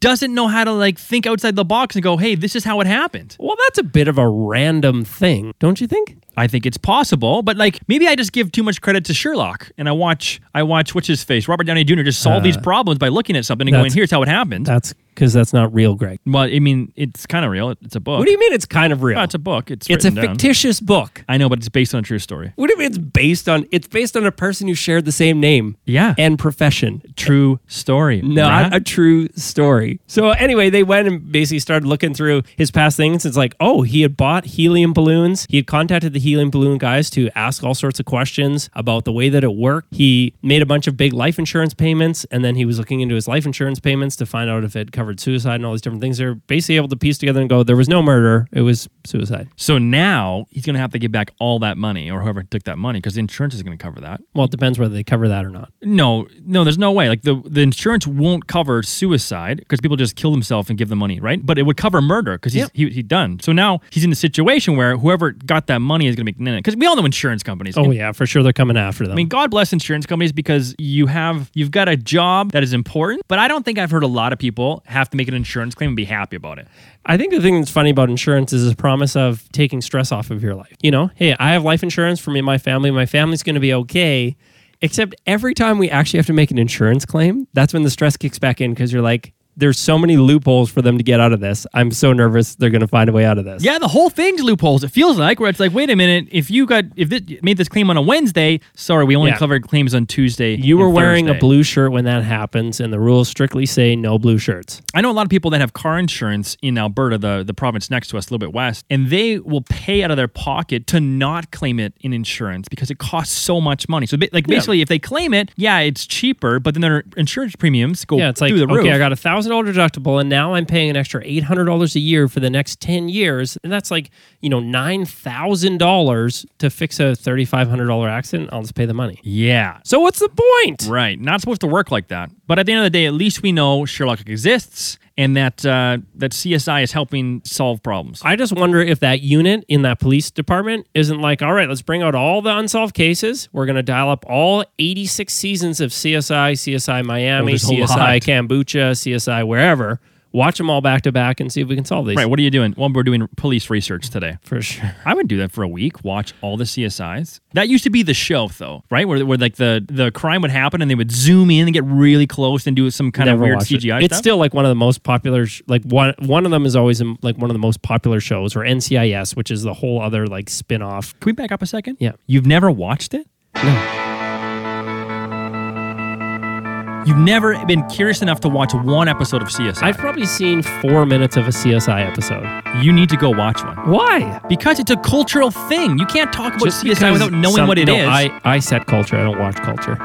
Speaker 2: doesn't know how to like think outside the box and go, hey, this is how it happened?
Speaker 1: Well, that's a bit of a random thing, don't you think?
Speaker 2: I think it's possible, but like maybe I just give too much credit to Sherlock and I watch I watch what's his face Robert Downey Jr. just solve these problems by looking at something and going,
Speaker 1: Uh, that's-
Speaker 2: here's how it happened.
Speaker 1: That's because that's not real, Greg.
Speaker 2: Well, I mean, it's kind of real. It's a book.
Speaker 1: What do you mean it's kind of real?
Speaker 2: Oh, it's a book. It's
Speaker 1: it's a
Speaker 2: written down.
Speaker 1: fictitious book.
Speaker 2: I know, but it's based on a true story.
Speaker 1: What do you mean it's based on? It's based on a person who shared the same name,
Speaker 2: Yeah.
Speaker 1: and profession.
Speaker 2: True story.
Speaker 1: Not
Speaker 2: Right?
Speaker 1: a true story. So anyway, they went and basically started looking through his past things. It's like, oh, he had bought helium balloons. He had contacted the helium balloon guys to ask all sorts of questions about the way that it worked. He made a bunch of big life insurance payments, and then he was looking into his life insurance payments to find out if it covered suicide and all these different things. They're basically able to piece together and go, there was no murder. It was suicide.
Speaker 2: so now he's going to have to give back all that money or whoever took that money because the insurance is going to cover that.
Speaker 1: Well, it depends whether they cover that or not.
Speaker 2: No, no, there's no way. Like the, the insurance won't cover suicide because people just kill themselves and give the money, right? But it would cover murder because he's, he, he done. So now he's in a situation where whoever got that money is going to be, because we all know insurance companies.
Speaker 1: Oh yeah, for sure they're coming after them.
Speaker 2: I mean, God bless insurance companies because you have you've got a job that is important, but I don't think I've heard a lot of people have to make an insurance claim and be happy about it.
Speaker 1: I think the thing that's funny about insurance is this promise of taking stress off of your life. You know, hey, I have life insurance for me and my family. My family's going to be okay. Except every time we actually have to make an insurance claim, that's when the stress kicks back in because you're like, there's so many loopholes for them to get out of this. I'm so nervous they're going to find a way out of this.
Speaker 2: Yeah, the whole thing's loopholes. It feels like where it's like, wait a minute, if you got if this made this claim on a Wednesday, sorry, we only
Speaker 1: Yeah.
Speaker 2: covered claims on Tuesday.
Speaker 1: You were
Speaker 2: and
Speaker 1: wearing a
Speaker 2: Thursday.
Speaker 1: blue shirt when that happens, and the rules strictly say no blue shirts.
Speaker 2: I know a lot of people that have car insurance in Alberta, the the province next to us, a little bit west, and they will pay out of their pocket to not claim it in insurance because it costs so much money. So ba- like basically, if they claim it, yeah, it's cheaper, but then their insurance premiums go
Speaker 1: Yeah, it's like
Speaker 2: through the roof.
Speaker 1: okay, I got a thousand dollar deductible, and now I'm paying an extra eight hundred dollars a year for the next ten years, and that's like you know nine thousand dollars to fix a thirty five hundred dollar accident. I'll just pay the money.
Speaker 2: yeah,
Speaker 1: So what's the point?
Speaker 2: Right. Not supposed to work like that. But at the end of the day, at least we know Sherlock exists and that uh, that CSI is helping solve problems.
Speaker 1: I just wonder if that unit in that police department isn't like, all right, let's bring out all the unsolved cases. We're going to dial up all 86 seasons of CSI, CSI Miami,
Speaker 2: Oh, there's a
Speaker 1: CSI
Speaker 2: lot.
Speaker 1: Kombucha, CSI wherever. watch them all back to back and see if we can solve these.
Speaker 2: Right. What are you doing? Well, we're doing police research today.
Speaker 1: For sure.
Speaker 2: I would do that for a week. Watch all the CSIs. That used to be the show, though, right? Where, where like the the crime would happen and they would zoom in and get really close and do some kind of
Speaker 1: Never
Speaker 2: weird
Speaker 1: watched it.
Speaker 2: CGI.
Speaker 1: It's
Speaker 2: stuff.
Speaker 1: still like one of the most popular. Sh- like one one of them is always um, like one of the most popular shows, or NCIS, which is the whole other like spin off.
Speaker 2: Can we back up a second?
Speaker 1: Yeah.
Speaker 2: You've never watched it.
Speaker 1: No.
Speaker 2: You've never been curious enough to watch one episode of CSI.
Speaker 1: I've probably seen four minutes of a CSI episode.
Speaker 2: you need to go watch one
Speaker 1: Why?
Speaker 2: because it's a cultural thing. You can't talk about CSI
Speaker 1: because
Speaker 2: without knowing
Speaker 1: some-
Speaker 2: what it is.
Speaker 1: no, I, I set culture. I don't watch culture.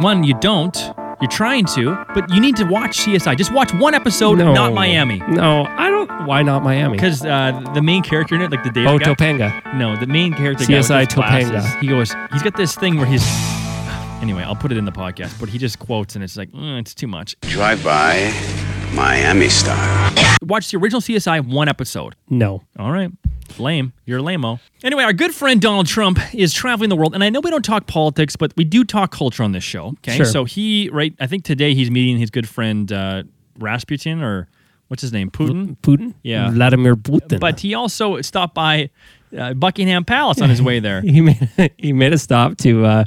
Speaker 2: one, you don't. You're trying to, but you need to watch CSI. Just watch one episode,
Speaker 1: no.
Speaker 2: Oh, not Miami.
Speaker 1: No, I don't. Why not Miami?
Speaker 2: Because uh, the main character in it, like the David
Speaker 1: Oh,
Speaker 2: guy,
Speaker 1: Topanga.
Speaker 2: No, the main character guy
Speaker 1: CSI
Speaker 2: with those glasses,
Speaker 1: Topanga.
Speaker 2: he goes, he's got this thing where he's. [sighs] Anyway, I'll put it in the podcast, but he just quotes and it's like, "Mm, it's too much.
Speaker 6: Drive by Miami style.
Speaker 2: Watch the original CSI one episode.
Speaker 1: No.
Speaker 2: All right. Lame. You're lame Anyway, our good friend Donald Trump is traveling the world. And I know we don't talk politics, but we do talk culture on this show. Okay.
Speaker 1: Sure.
Speaker 2: So he, right, I think today he's meeting his good friend uh, Rasputin or what's his name? Putin?
Speaker 1: Putin.
Speaker 2: Yeah.
Speaker 1: Vladimir Putin.
Speaker 2: But he also stopped by uh, Buckingham Palace on his
Speaker 1: [laughs]
Speaker 2: way
Speaker 1: [laughs]
Speaker 2: there.
Speaker 1: he made he made a stop to uh,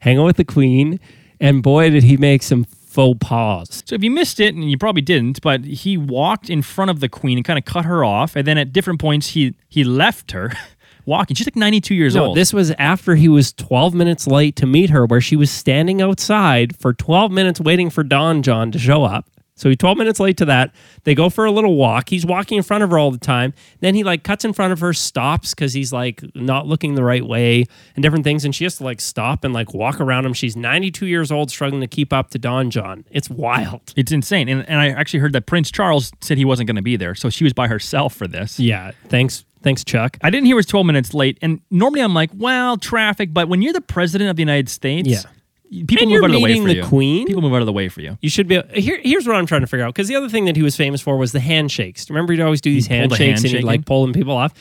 Speaker 1: hang out with the Queen, and boy did he make some faux pas.
Speaker 2: So if you missed it, and you probably didn't, but he walked in front of the queen and kind of cut her off, and then at different points he he left her [laughs] walking. She's like 92 years
Speaker 1: No,
Speaker 2: old.
Speaker 1: this was after he was 12 minutes late to meet her, where she was standing outside for 12 minutes waiting for Don John to show up. So he's 12 minutes late to that. They go for a little walk. He's walking in front of her all the time. Then he like cuts in front of her, stops because he's like not looking the right way and different things. And she has to like stop and like walk around him. She's 92 years old, struggling to keep up to Don John. It's wild.
Speaker 2: it's insane. And, and I actually heard that Prince Charles said he wasn't going to be there, so she was by herself for this.
Speaker 1: Yeah. Thanks. Thanks, Chuck.
Speaker 2: I didn't hear it was 12 minutes late, and normally I'm like, well, traffic. But when you're the president of the United States,
Speaker 1: Yeah.
Speaker 2: people
Speaker 1: And
Speaker 2: move
Speaker 1: you're
Speaker 2: out of the way
Speaker 1: meeting
Speaker 2: for
Speaker 1: the
Speaker 2: you.
Speaker 1: queen?
Speaker 2: People move out of the way for you.
Speaker 1: You should be. Here, here's what I'm trying to figure out. Because the other thing that he was famous for was the handshakes. Remember, he'd always do these
Speaker 2: pulled a
Speaker 1: handshakes and he'd
Speaker 2: handshake in?
Speaker 1: like pulling people off.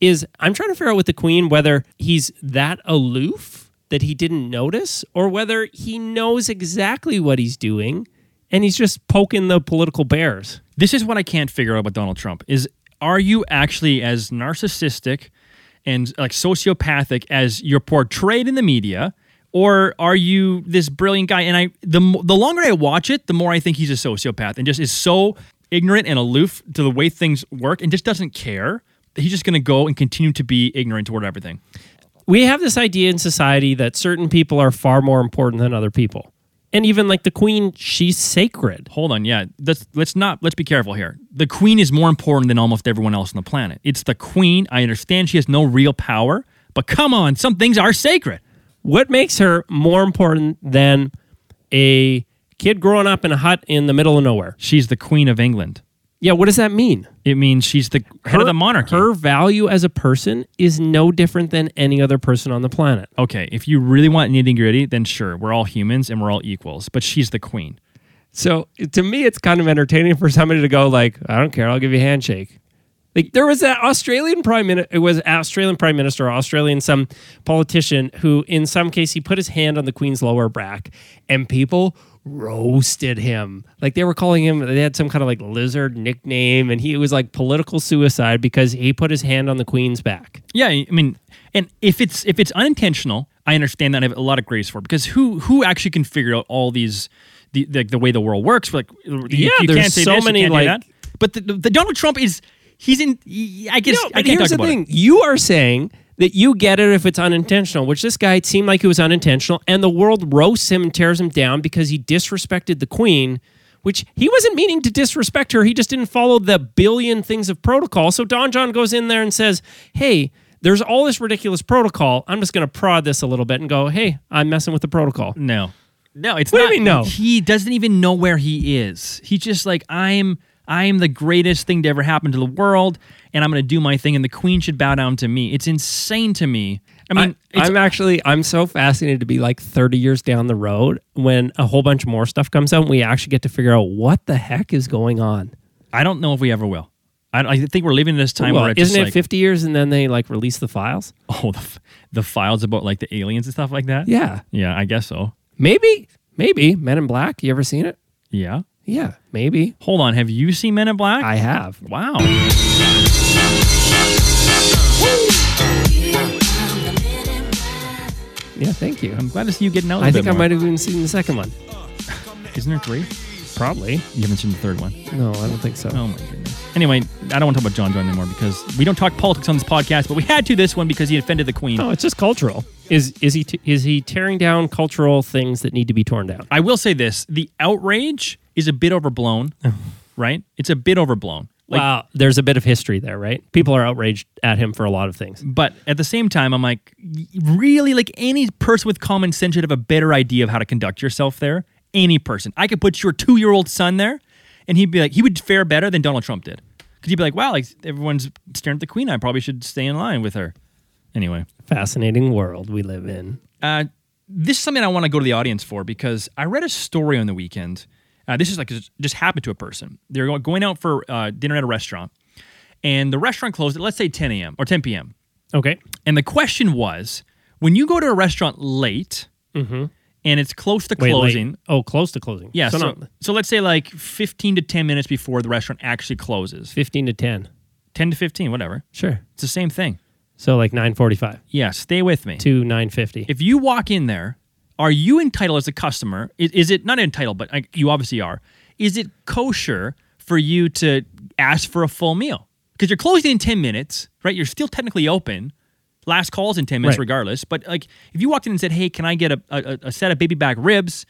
Speaker 1: Is I'm trying to figure out with the Queen whether he's that aloof that he didn't notice, or whether he knows exactly what he's doing, and he's just poking the political bears.
Speaker 2: This is what I can't figure out about Donald Trump is are you actually as narcissistic and like sociopathic as you're portrayed in the media or are you this brilliant guy and I the mo- the longer I watch it the more I think he's a sociopath and just is so ignorant and aloof to the way things work and just doesn't care. He's just going to go and continue to be ignorant toward everything.
Speaker 1: we have this idea in society that certain people are far more important than other people. And even like the queen, she's sacred.
Speaker 2: Hold on, yeah. Let's let's not let's be careful here. The queen is more important than almost everyone else on the planet. It's the queen. I understand she has no real power, but come on, some things are sacred.
Speaker 1: What makes her more important than a kid growing up in a hut in the middle of nowhere?
Speaker 2: She's the queen of England.
Speaker 1: Yeah, what does that mean?
Speaker 2: It means she's the head of the monarchy.
Speaker 1: Her value as a person is no different than any other person on the planet.
Speaker 2: okay, if you really want nitty gritty, then sure, we're all humans and we're all equals. But she's the queen.
Speaker 1: So to me, it's kind of entertaining for somebody to go like, "I don't care, I'll give you a handshake." Like there was that Australian prime minister, it was Australian prime minister, or Australian some politician who, in some case, he put his hand on the Queen's lower back, and people roasted him. Like they were calling him, they had some kind of like lizard nickname, and he it was like political suicide because he put his hand on the Queen's back.
Speaker 2: Yeah, I mean, and if it's if it's unintentional, I understand that. and I have a lot of grace for it because who who actually can figure out all these the the, the way the world works? Like, you,
Speaker 1: Yeah,
Speaker 2: you
Speaker 1: there's
Speaker 2: can't say
Speaker 1: so
Speaker 2: this, you
Speaker 1: many,
Speaker 2: can't do
Speaker 1: like-
Speaker 2: that. But the, the, the Donald Trump is he's in. he- I guess
Speaker 1: No,
Speaker 2: I
Speaker 1: but here's
Speaker 2: can't talk
Speaker 1: the
Speaker 2: about
Speaker 1: thing.
Speaker 2: it.
Speaker 1: You are saying that you get it if it's unintentional, which this guy it seemed like it was unintentional, and the world roasts him and tears him down because he disrespected the queen, which he wasn't meaning to disrespect her. He just didn't follow the billion things of protocol. So Don John goes in there and says, "Hey." There's all this ridiculous protocol. I'm just going to prod this a little bit and go, hey, I'm messing with the protocol.
Speaker 2: No, no, it's
Speaker 1: What do
Speaker 2: not.
Speaker 1: you mean, no?
Speaker 2: He doesn't even know where he is. He's just like I'm. I am the greatest thing to ever happen to the world, and I'm going to do my thing, and the queen should bow down to me. It's insane to me. I mean,
Speaker 1: I,
Speaker 2: it's
Speaker 1: am actually I'm so fascinated to be like 30 years down the road when a whole bunch more stuff comes out and we actually get to figure out what the heck is going on.
Speaker 2: I don't know if we ever will. I, I think we're living in this time
Speaker 1: Well,
Speaker 2: where it's
Speaker 1: isn't it
Speaker 2: just like,
Speaker 1: 50 years and then they like release the files?
Speaker 2: [laughs] oh, the, f- the files about like the aliens and stuff like that.
Speaker 1: Yeah,
Speaker 2: yeah, I guess so.
Speaker 1: maybe, maybe Men in Black. You ever seen it?
Speaker 2: Yeah,
Speaker 1: Yeah, maybe.
Speaker 2: Hold on, have you seen Men in Black?
Speaker 1: I have.
Speaker 2: wow.
Speaker 1: Yeah, thank you.
Speaker 2: I'm glad to see you getting out. I
Speaker 1: I think I might have even seen the second one.
Speaker 2: Isn't there three?
Speaker 1: Probably.
Speaker 2: You haven't seen the third one.
Speaker 1: No, I don't think so.
Speaker 2: Oh my goodness. Anyway, I don't want to talk about John John anymore because we don't talk politics on this podcast, but we had to this one because he offended the Queen.
Speaker 1: No, it's just cultural. Is is he t- is he tearing down cultural things that need to be torn down?
Speaker 2: I will say this: the outrage is a
Speaker 1: [laughs]
Speaker 2: bit overblown, right? It's a bit overblown. Like,
Speaker 1: wow, there's a bit of history there, right? People are outraged at him for a lot of things.
Speaker 2: But at the same time, I'm like, y- really, like any person with common sense should have a better idea of how to conduct yourself there. Any person, I could put your two year old son there, and he'd be like, he would fare better than Donald Trump did, because he'd be like, wow, like everyone's staring at the Queen. I probably should stay in line with her. Anyway,
Speaker 1: Fascinating world we live in.
Speaker 2: uh, this is something I want to go to the audience for because I read a story on the weekend. Uh, this is like it just happened to a person. They're go- going out for uh, dinner at a restaurant, and the restaurant closed at let's say 10 a.m. or 10 p.m.
Speaker 1: Okay.
Speaker 2: And the question was, when you go to a restaurant late and it's close to
Speaker 1: Mm-hmm. Wait, late.
Speaker 2: closing,
Speaker 1: Oh, close to closing.
Speaker 2: yeah. So,
Speaker 1: So,
Speaker 2: so,
Speaker 1: not
Speaker 2: let's say like 15 to 10 minutes before the restaurant actually closes,
Speaker 1: 15 to 10.
Speaker 2: 10 to 15, whatever.
Speaker 1: Sure.
Speaker 2: It's the same thing.
Speaker 1: So like 9:45
Speaker 2: Yeah, stay with me.
Speaker 1: to 9:50.
Speaker 2: if you walk in there, are you entitled as a customer? Is, is it not entitled, but like, you obviously are? Is it kosher for you to ask for a full meal? Because you're closing in ten minutes, right? You're still technically open. Last calls in ten minutes,
Speaker 1: Right.
Speaker 2: regardless. But like, if you walked in and said, "Hey, can I get a, a, a set of baby back ribs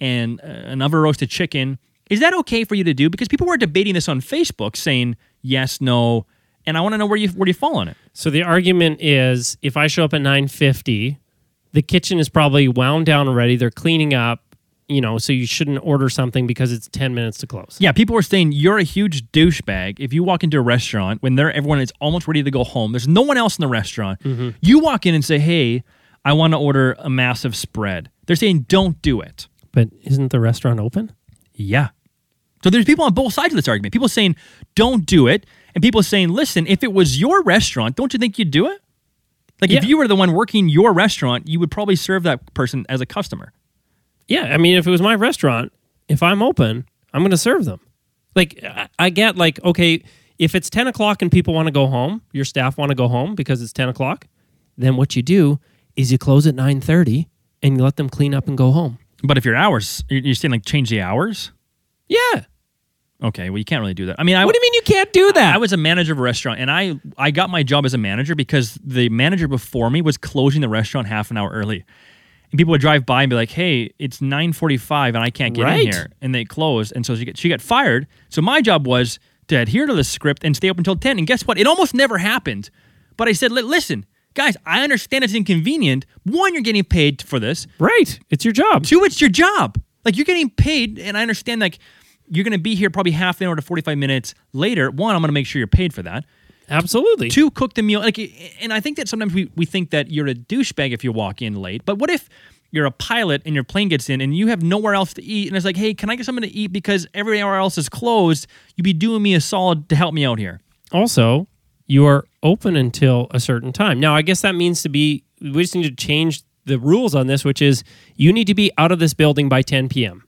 Speaker 2: and uh, another roasted chicken?" Is that okay for you to do? Because people were debating this on Facebook, saying yes, no, and I want to know where you where do you fall on it?
Speaker 1: So the argument is if I show up at 9:50, the kitchen is probably wound down already. They're cleaning up, you know, so you shouldn't order something because it's 10 minutes to close.
Speaker 2: Yeah, people were saying you're a huge douchebag if you walk into a restaurant when they're everyone is almost ready to go home. There's no one else in the restaurant.
Speaker 1: Mm-hmm.
Speaker 2: You walk in and say, "Hey, I want to order a massive spread." They're saying, "Don't do it."
Speaker 1: But isn't the restaurant open?
Speaker 2: Yeah. So there's people on both sides of this argument. People saying, "Don't do it," and people saying, "Listen, if it was your restaurant, don't you think you'd do it?" Like if
Speaker 1: Yeah.
Speaker 2: you were the one working your restaurant, you would probably serve that person as a customer.
Speaker 1: Yeah, I mean, if it was my restaurant, if I'm open, I'm going to serve them. Like, I, I get like, okay, if it's 10 o'clock and people want to go home, your staff want to go home because it's 10 o'clock, then what you do is you close at 9.30 and you let them clean up and go home.
Speaker 2: But if your hours, you're you're saying like change the hours.
Speaker 1: Yeah.
Speaker 2: Okay, well you can't really do that. I mean, I
Speaker 1: What do you mean you can't do that?
Speaker 2: I was a manager of a restaurant, and I I got my job as a manager because the manager before me was closing the restaurant half an hour early, and people would drive by and be like, "Hey, it's nine forty-five, and I can't get
Speaker 1: Right.
Speaker 2: in here," and they closed, and so she got, she got fired. So my job was to adhere to the script and stay open until ten. And guess what? It almost never happened. But I said, "Li- "Listen, guys, I understand it's inconvenient. One, you're getting paid for this.
Speaker 1: right. It's your job.
Speaker 2: Two, it's your job. Like you're getting paid, and I understand like." You're gonna be here probably half an hour to 45 minutes later. One, I'm gonna make sure you're paid for that
Speaker 1: Absolutely.
Speaker 2: two cook the meal like and i think that sometimes we, we think that you're a douchebag if you walk in late but what if you're a pilot and your plane gets in and you have nowhere else to eat and it's like hey can i get something to eat because everywhere else is closed you'd be doing me a solid to help me out here
Speaker 1: also you are open until a certain time now i guess that means to be we just need to change the rules on this which is you need to be out of this building by 10 p.m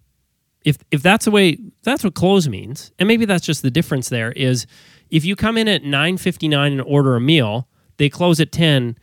Speaker 1: if if that's the way that's what close means and maybe that's just the difference there is if you come in at 9.59 and order a meal they close at 10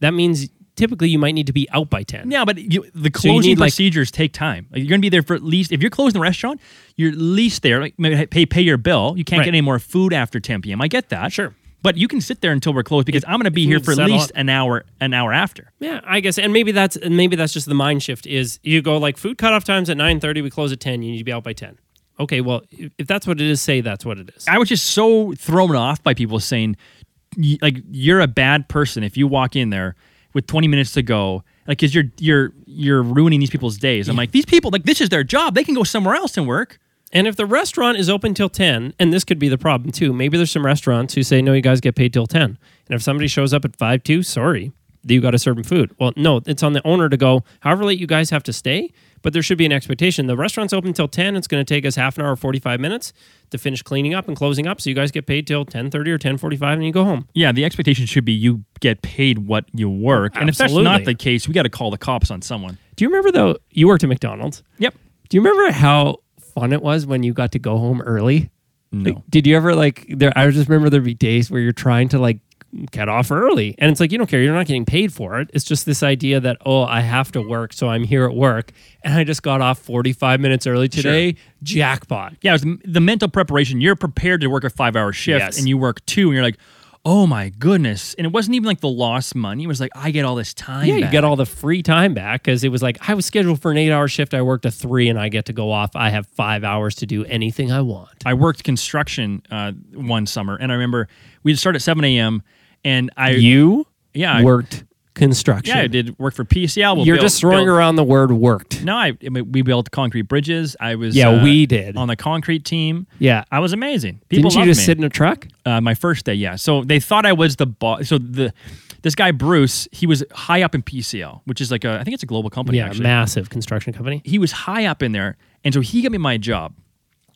Speaker 1: that means typically you might need to be out by 10
Speaker 2: yeah but you, the
Speaker 1: you
Speaker 2: closing
Speaker 1: need, like-
Speaker 2: procedures take time like, you're gonna be there for at least if you're closing the restaurant you're at least there like maybe pay, pay your bill you can't
Speaker 1: Right.
Speaker 2: get any more food after 10 p.m i get that
Speaker 1: Sure.
Speaker 2: but you can sit there until we're closed because i'm gonna be
Speaker 1: we
Speaker 2: here for at
Speaker 1: settle
Speaker 2: least
Speaker 1: it.
Speaker 2: an hour an hour after
Speaker 1: Yeah, I guess, and maybe that's and maybe that's just the mind shift. Is you go like food cutoff times at nine thirty, we close at ten. You need to be out by ten. Okay, well, if, if that's what it is, say that's what it is.
Speaker 2: I was just so thrown off by people saying, y- like, you're a bad person if you walk in there with 20 minutes to go, like, because you're you're you're ruining these people's days. I'm like, these people, like, this is their job. They can go somewhere else and work.
Speaker 1: And if the restaurant is open till ten, and this could be the problem too. Maybe there's some restaurants who say no, you guys get paid till ten. And if somebody shows up at five two, sorry, you got to serve them food. Well, no, it's on the owner to go. However late you guys have to stay, but there should be an expectation. The restaurant's open till ten. It's going to take us half an hour, forty five minutes to finish cleaning up and closing up. So you guys get paid till ten thirty or ten forty five, and you go home.
Speaker 2: Yeah, the expectation should be you get paid what you work, and if that's not
Speaker 1: Absolutely.
Speaker 2: the case, we got to call the cops on someone.
Speaker 1: Do you remember though? You worked at McDonald's.
Speaker 2: Yep.
Speaker 1: Do you remember how fun it was when you got to go home early?
Speaker 2: No.
Speaker 1: Like, did you ever like there? I just remember there'd be days where you're trying to like get off early, and it's like you don't care. You're not getting paid for it. It's just this idea that oh, I have to work, so I'm here at work, and I just got off 45 minutes early today. Jackpot.
Speaker 2: Yeah, it was the mental preparation. You're prepared to work a five hour shift
Speaker 1: Yes.
Speaker 2: and you work two and you're like, oh my goodness. And it wasn't even like the lost money. It was like, I get all this time.
Speaker 1: Yeah, you
Speaker 2: back.
Speaker 1: get all the free time back because it was like I was scheduled for an eight-hour shift. I worked a three, and I get to go off. I have five hours to do anything I want.
Speaker 2: I worked construction uh, one summer and I remember we'd start at 7 a.m. and I.
Speaker 1: You
Speaker 2: Yeah, I-
Speaker 1: worked construction.
Speaker 2: Yeah, I did work for PCL. Well,
Speaker 1: You're
Speaker 2: built-
Speaker 1: just throwing
Speaker 2: built-
Speaker 1: around the word worked.
Speaker 2: No, I, I mean, we built concrete bridges. I was uh,
Speaker 1: Yeah, we did.
Speaker 2: on the concrete team.
Speaker 1: Yeah.
Speaker 2: I was amazing. People
Speaker 1: Didn't you
Speaker 2: loved
Speaker 1: just
Speaker 2: me.
Speaker 1: sit in a truck?
Speaker 2: uh, my first day. Yeah, so they thought I was the boss. So the this guy Bruce, he was high up in PCL, which is like a I think it's a global company.
Speaker 1: Yeah,
Speaker 2: actually.
Speaker 1: massive construction company.
Speaker 2: he was high up in there, and so he got me my job.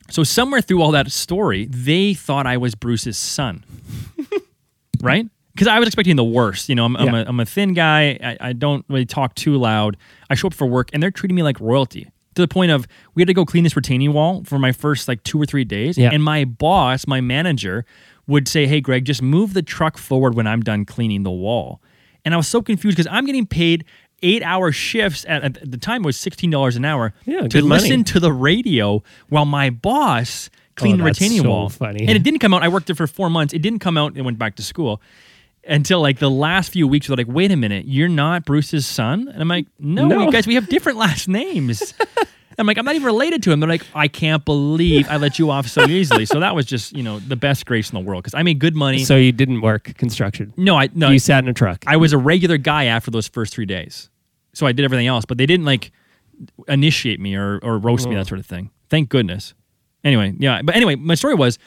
Speaker 2: So somewhere through all that story, they thought I was
Speaker 1: [laughs]
Speaker 2: Bruce's son, right? Because I was expecting the worst. You know, I'm, I'm,
Speaker 1: Yeah.
Speaker 2: a, I'm a thin guy. I, I don't really talk too loud. I show up for work, and they're treating me like royalty to the point of we had to go clean this retaining wall for my first like two or three days.
Speaker 1: Yeah.
Speaker 2: And my boss, my manager, would say, "Hey, Greg, just move the truck forward when I'm done cleaning the wall." And I was so confused because I'm getting paid eight-hour shifts at, at the time it was sixteen dollars an hour
Speaker 1: Yeah,
Speaker 2: to
Speaker 1: good money.
Speaker 2: listen to the radio while my boss cleaned the
Speaker 1: Oh, that's
Speaker 2: retaining
Speaker 1: so
Speaker 2: wall.
Speaker 1: funny.
Speaker 2: And it didn't come out. I worked there for four months. It didn't come out. It went back to school until like the last few weeks. They're like, wait a minute, you're not Bruce's son? And I'm like, no,
Speaker 1: No.
Speaker 2: you guys, we have different [laughs] last names. I'm like, I'm not even related to him. They're like, I can't believe I let you off so easily. So that was just, you know, the best grace in the world because I made good money.
Speaker 1: So you didn't work construction.
Speaker 2: no, I no,
Speaker 1: You sat in a truck.
Speaker 2: I was a regular guy after those first three days. So I did everything else, but they didn't like initiate me or, or roast me, that sort of thing. Thank goodness. Anyway, yeah. But anyway, my story was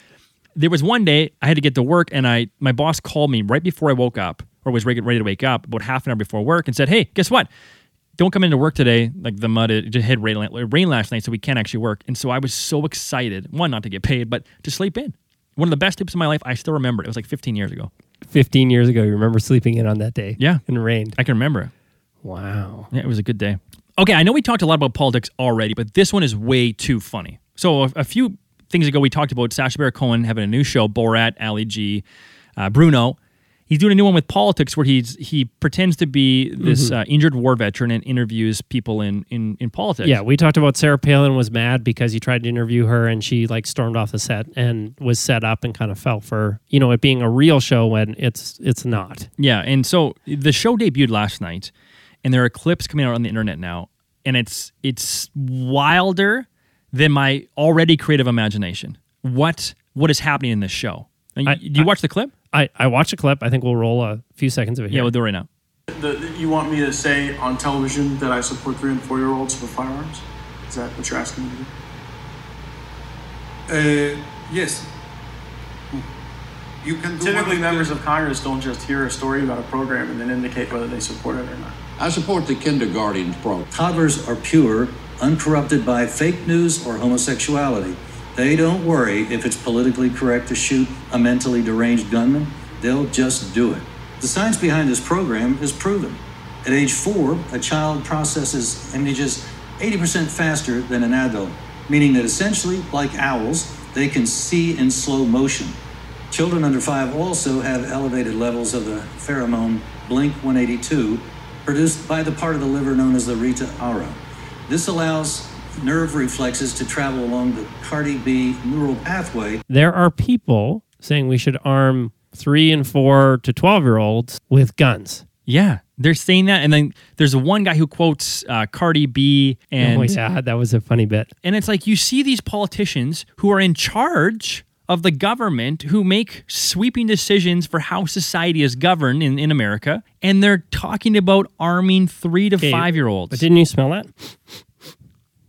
Speaker 2: there was one day I had to get to work and I my boss called me right before I woke up or was ready ready to wake up about half an hour before work and said, Hey, guess what? Don't come into work today. Like the mud, it just had rain, rain last night, so we can't actually work. And so I was so excited, one, not to get paid, but to sleep in. One of the best tips of my life. I still remember it. It was like 15 years ago.
Speaker 1: 15 years ago, you remember sleeping in on that day.
Speaker 2: Yeah.
Speaker 1: And it rained.
Speaker 2: I can remember it.
Speaker 1: Wow.
Speaker 2: Yeah, it was a good day. Okay, I know we talked a lot about politics already, but this one is way too funny. So a, a few things ago, we talked about Sacha Baron Cohen having a new show, Borat, Ali G, uh, Bruno. He's doing a new one with politics where he's he pretends to be this uh, injured war veteran and interviews people in in, in politics.
Speaker 1: Yeah, we talked about Sarah Palin was mad because he tried to interview her and she like stormed off the set and was set up and kind of fell for, you know, it being a real show when it's it's not.
Speaker 2: Yeah, and so the show debuted last night, and there are clips coming out on the internet now, and it's it's wilder than my already creative imagination. What what is happening in this show? And
Speaker 1: I-
Speaker 2: do you watch the clip?
Speaker 1: I I watched a clip. I think we'll roll a few seconds of it
Speaker 2: Yeah,
Speaker 1: here.
Speaker 2: we'll do it right now.
Speaker 7: The, you want me to say on television that I support three and four year olds with firearms? Is that what you're asking me to do?
Speaker 8: Uh, yes. Hmm. You can do
Speaker 7: Typically,
Speaker 8: one-
Speaker 7: members of Congress don't just hear a story about a program and then indicate whether they support it or not.
Speaker 9: I support the kindergarten program.
Speaker 10: Toddlers are pure, uncorrupted by fake news or homosexuality. They don't worry if it's politically correct to shoot a mentally deranged gunman. They'll just do it. The science behind this program is proven. At age four, a child processes images 80% faster than an adult, meaning that essentially, like owls, they can see in slow motion. Children under five also have elevated levels of the pheromone Blink 182, produced by the part of the liver known as the Rita Ara. This allows nerve reflexes to travel along the Cardi B neural pathway
Speaker 1: there are people saying we should arm three and four to 12 year olds with guns.
Speaker 2: Yeah, they're saying that, and then there's one guy who quotes uh, Cardi B, and
Speaker 1: oh, yeah, that was a funny bit.
Speaker 2: and it's like you see these politicians who are in charge of the government who make sweeping decisions for how society is governed in, in America, and they're talking about arming three to five year
Speaker 1: But
Speaker 2: olds.
Speaker 1: didn't you smell that?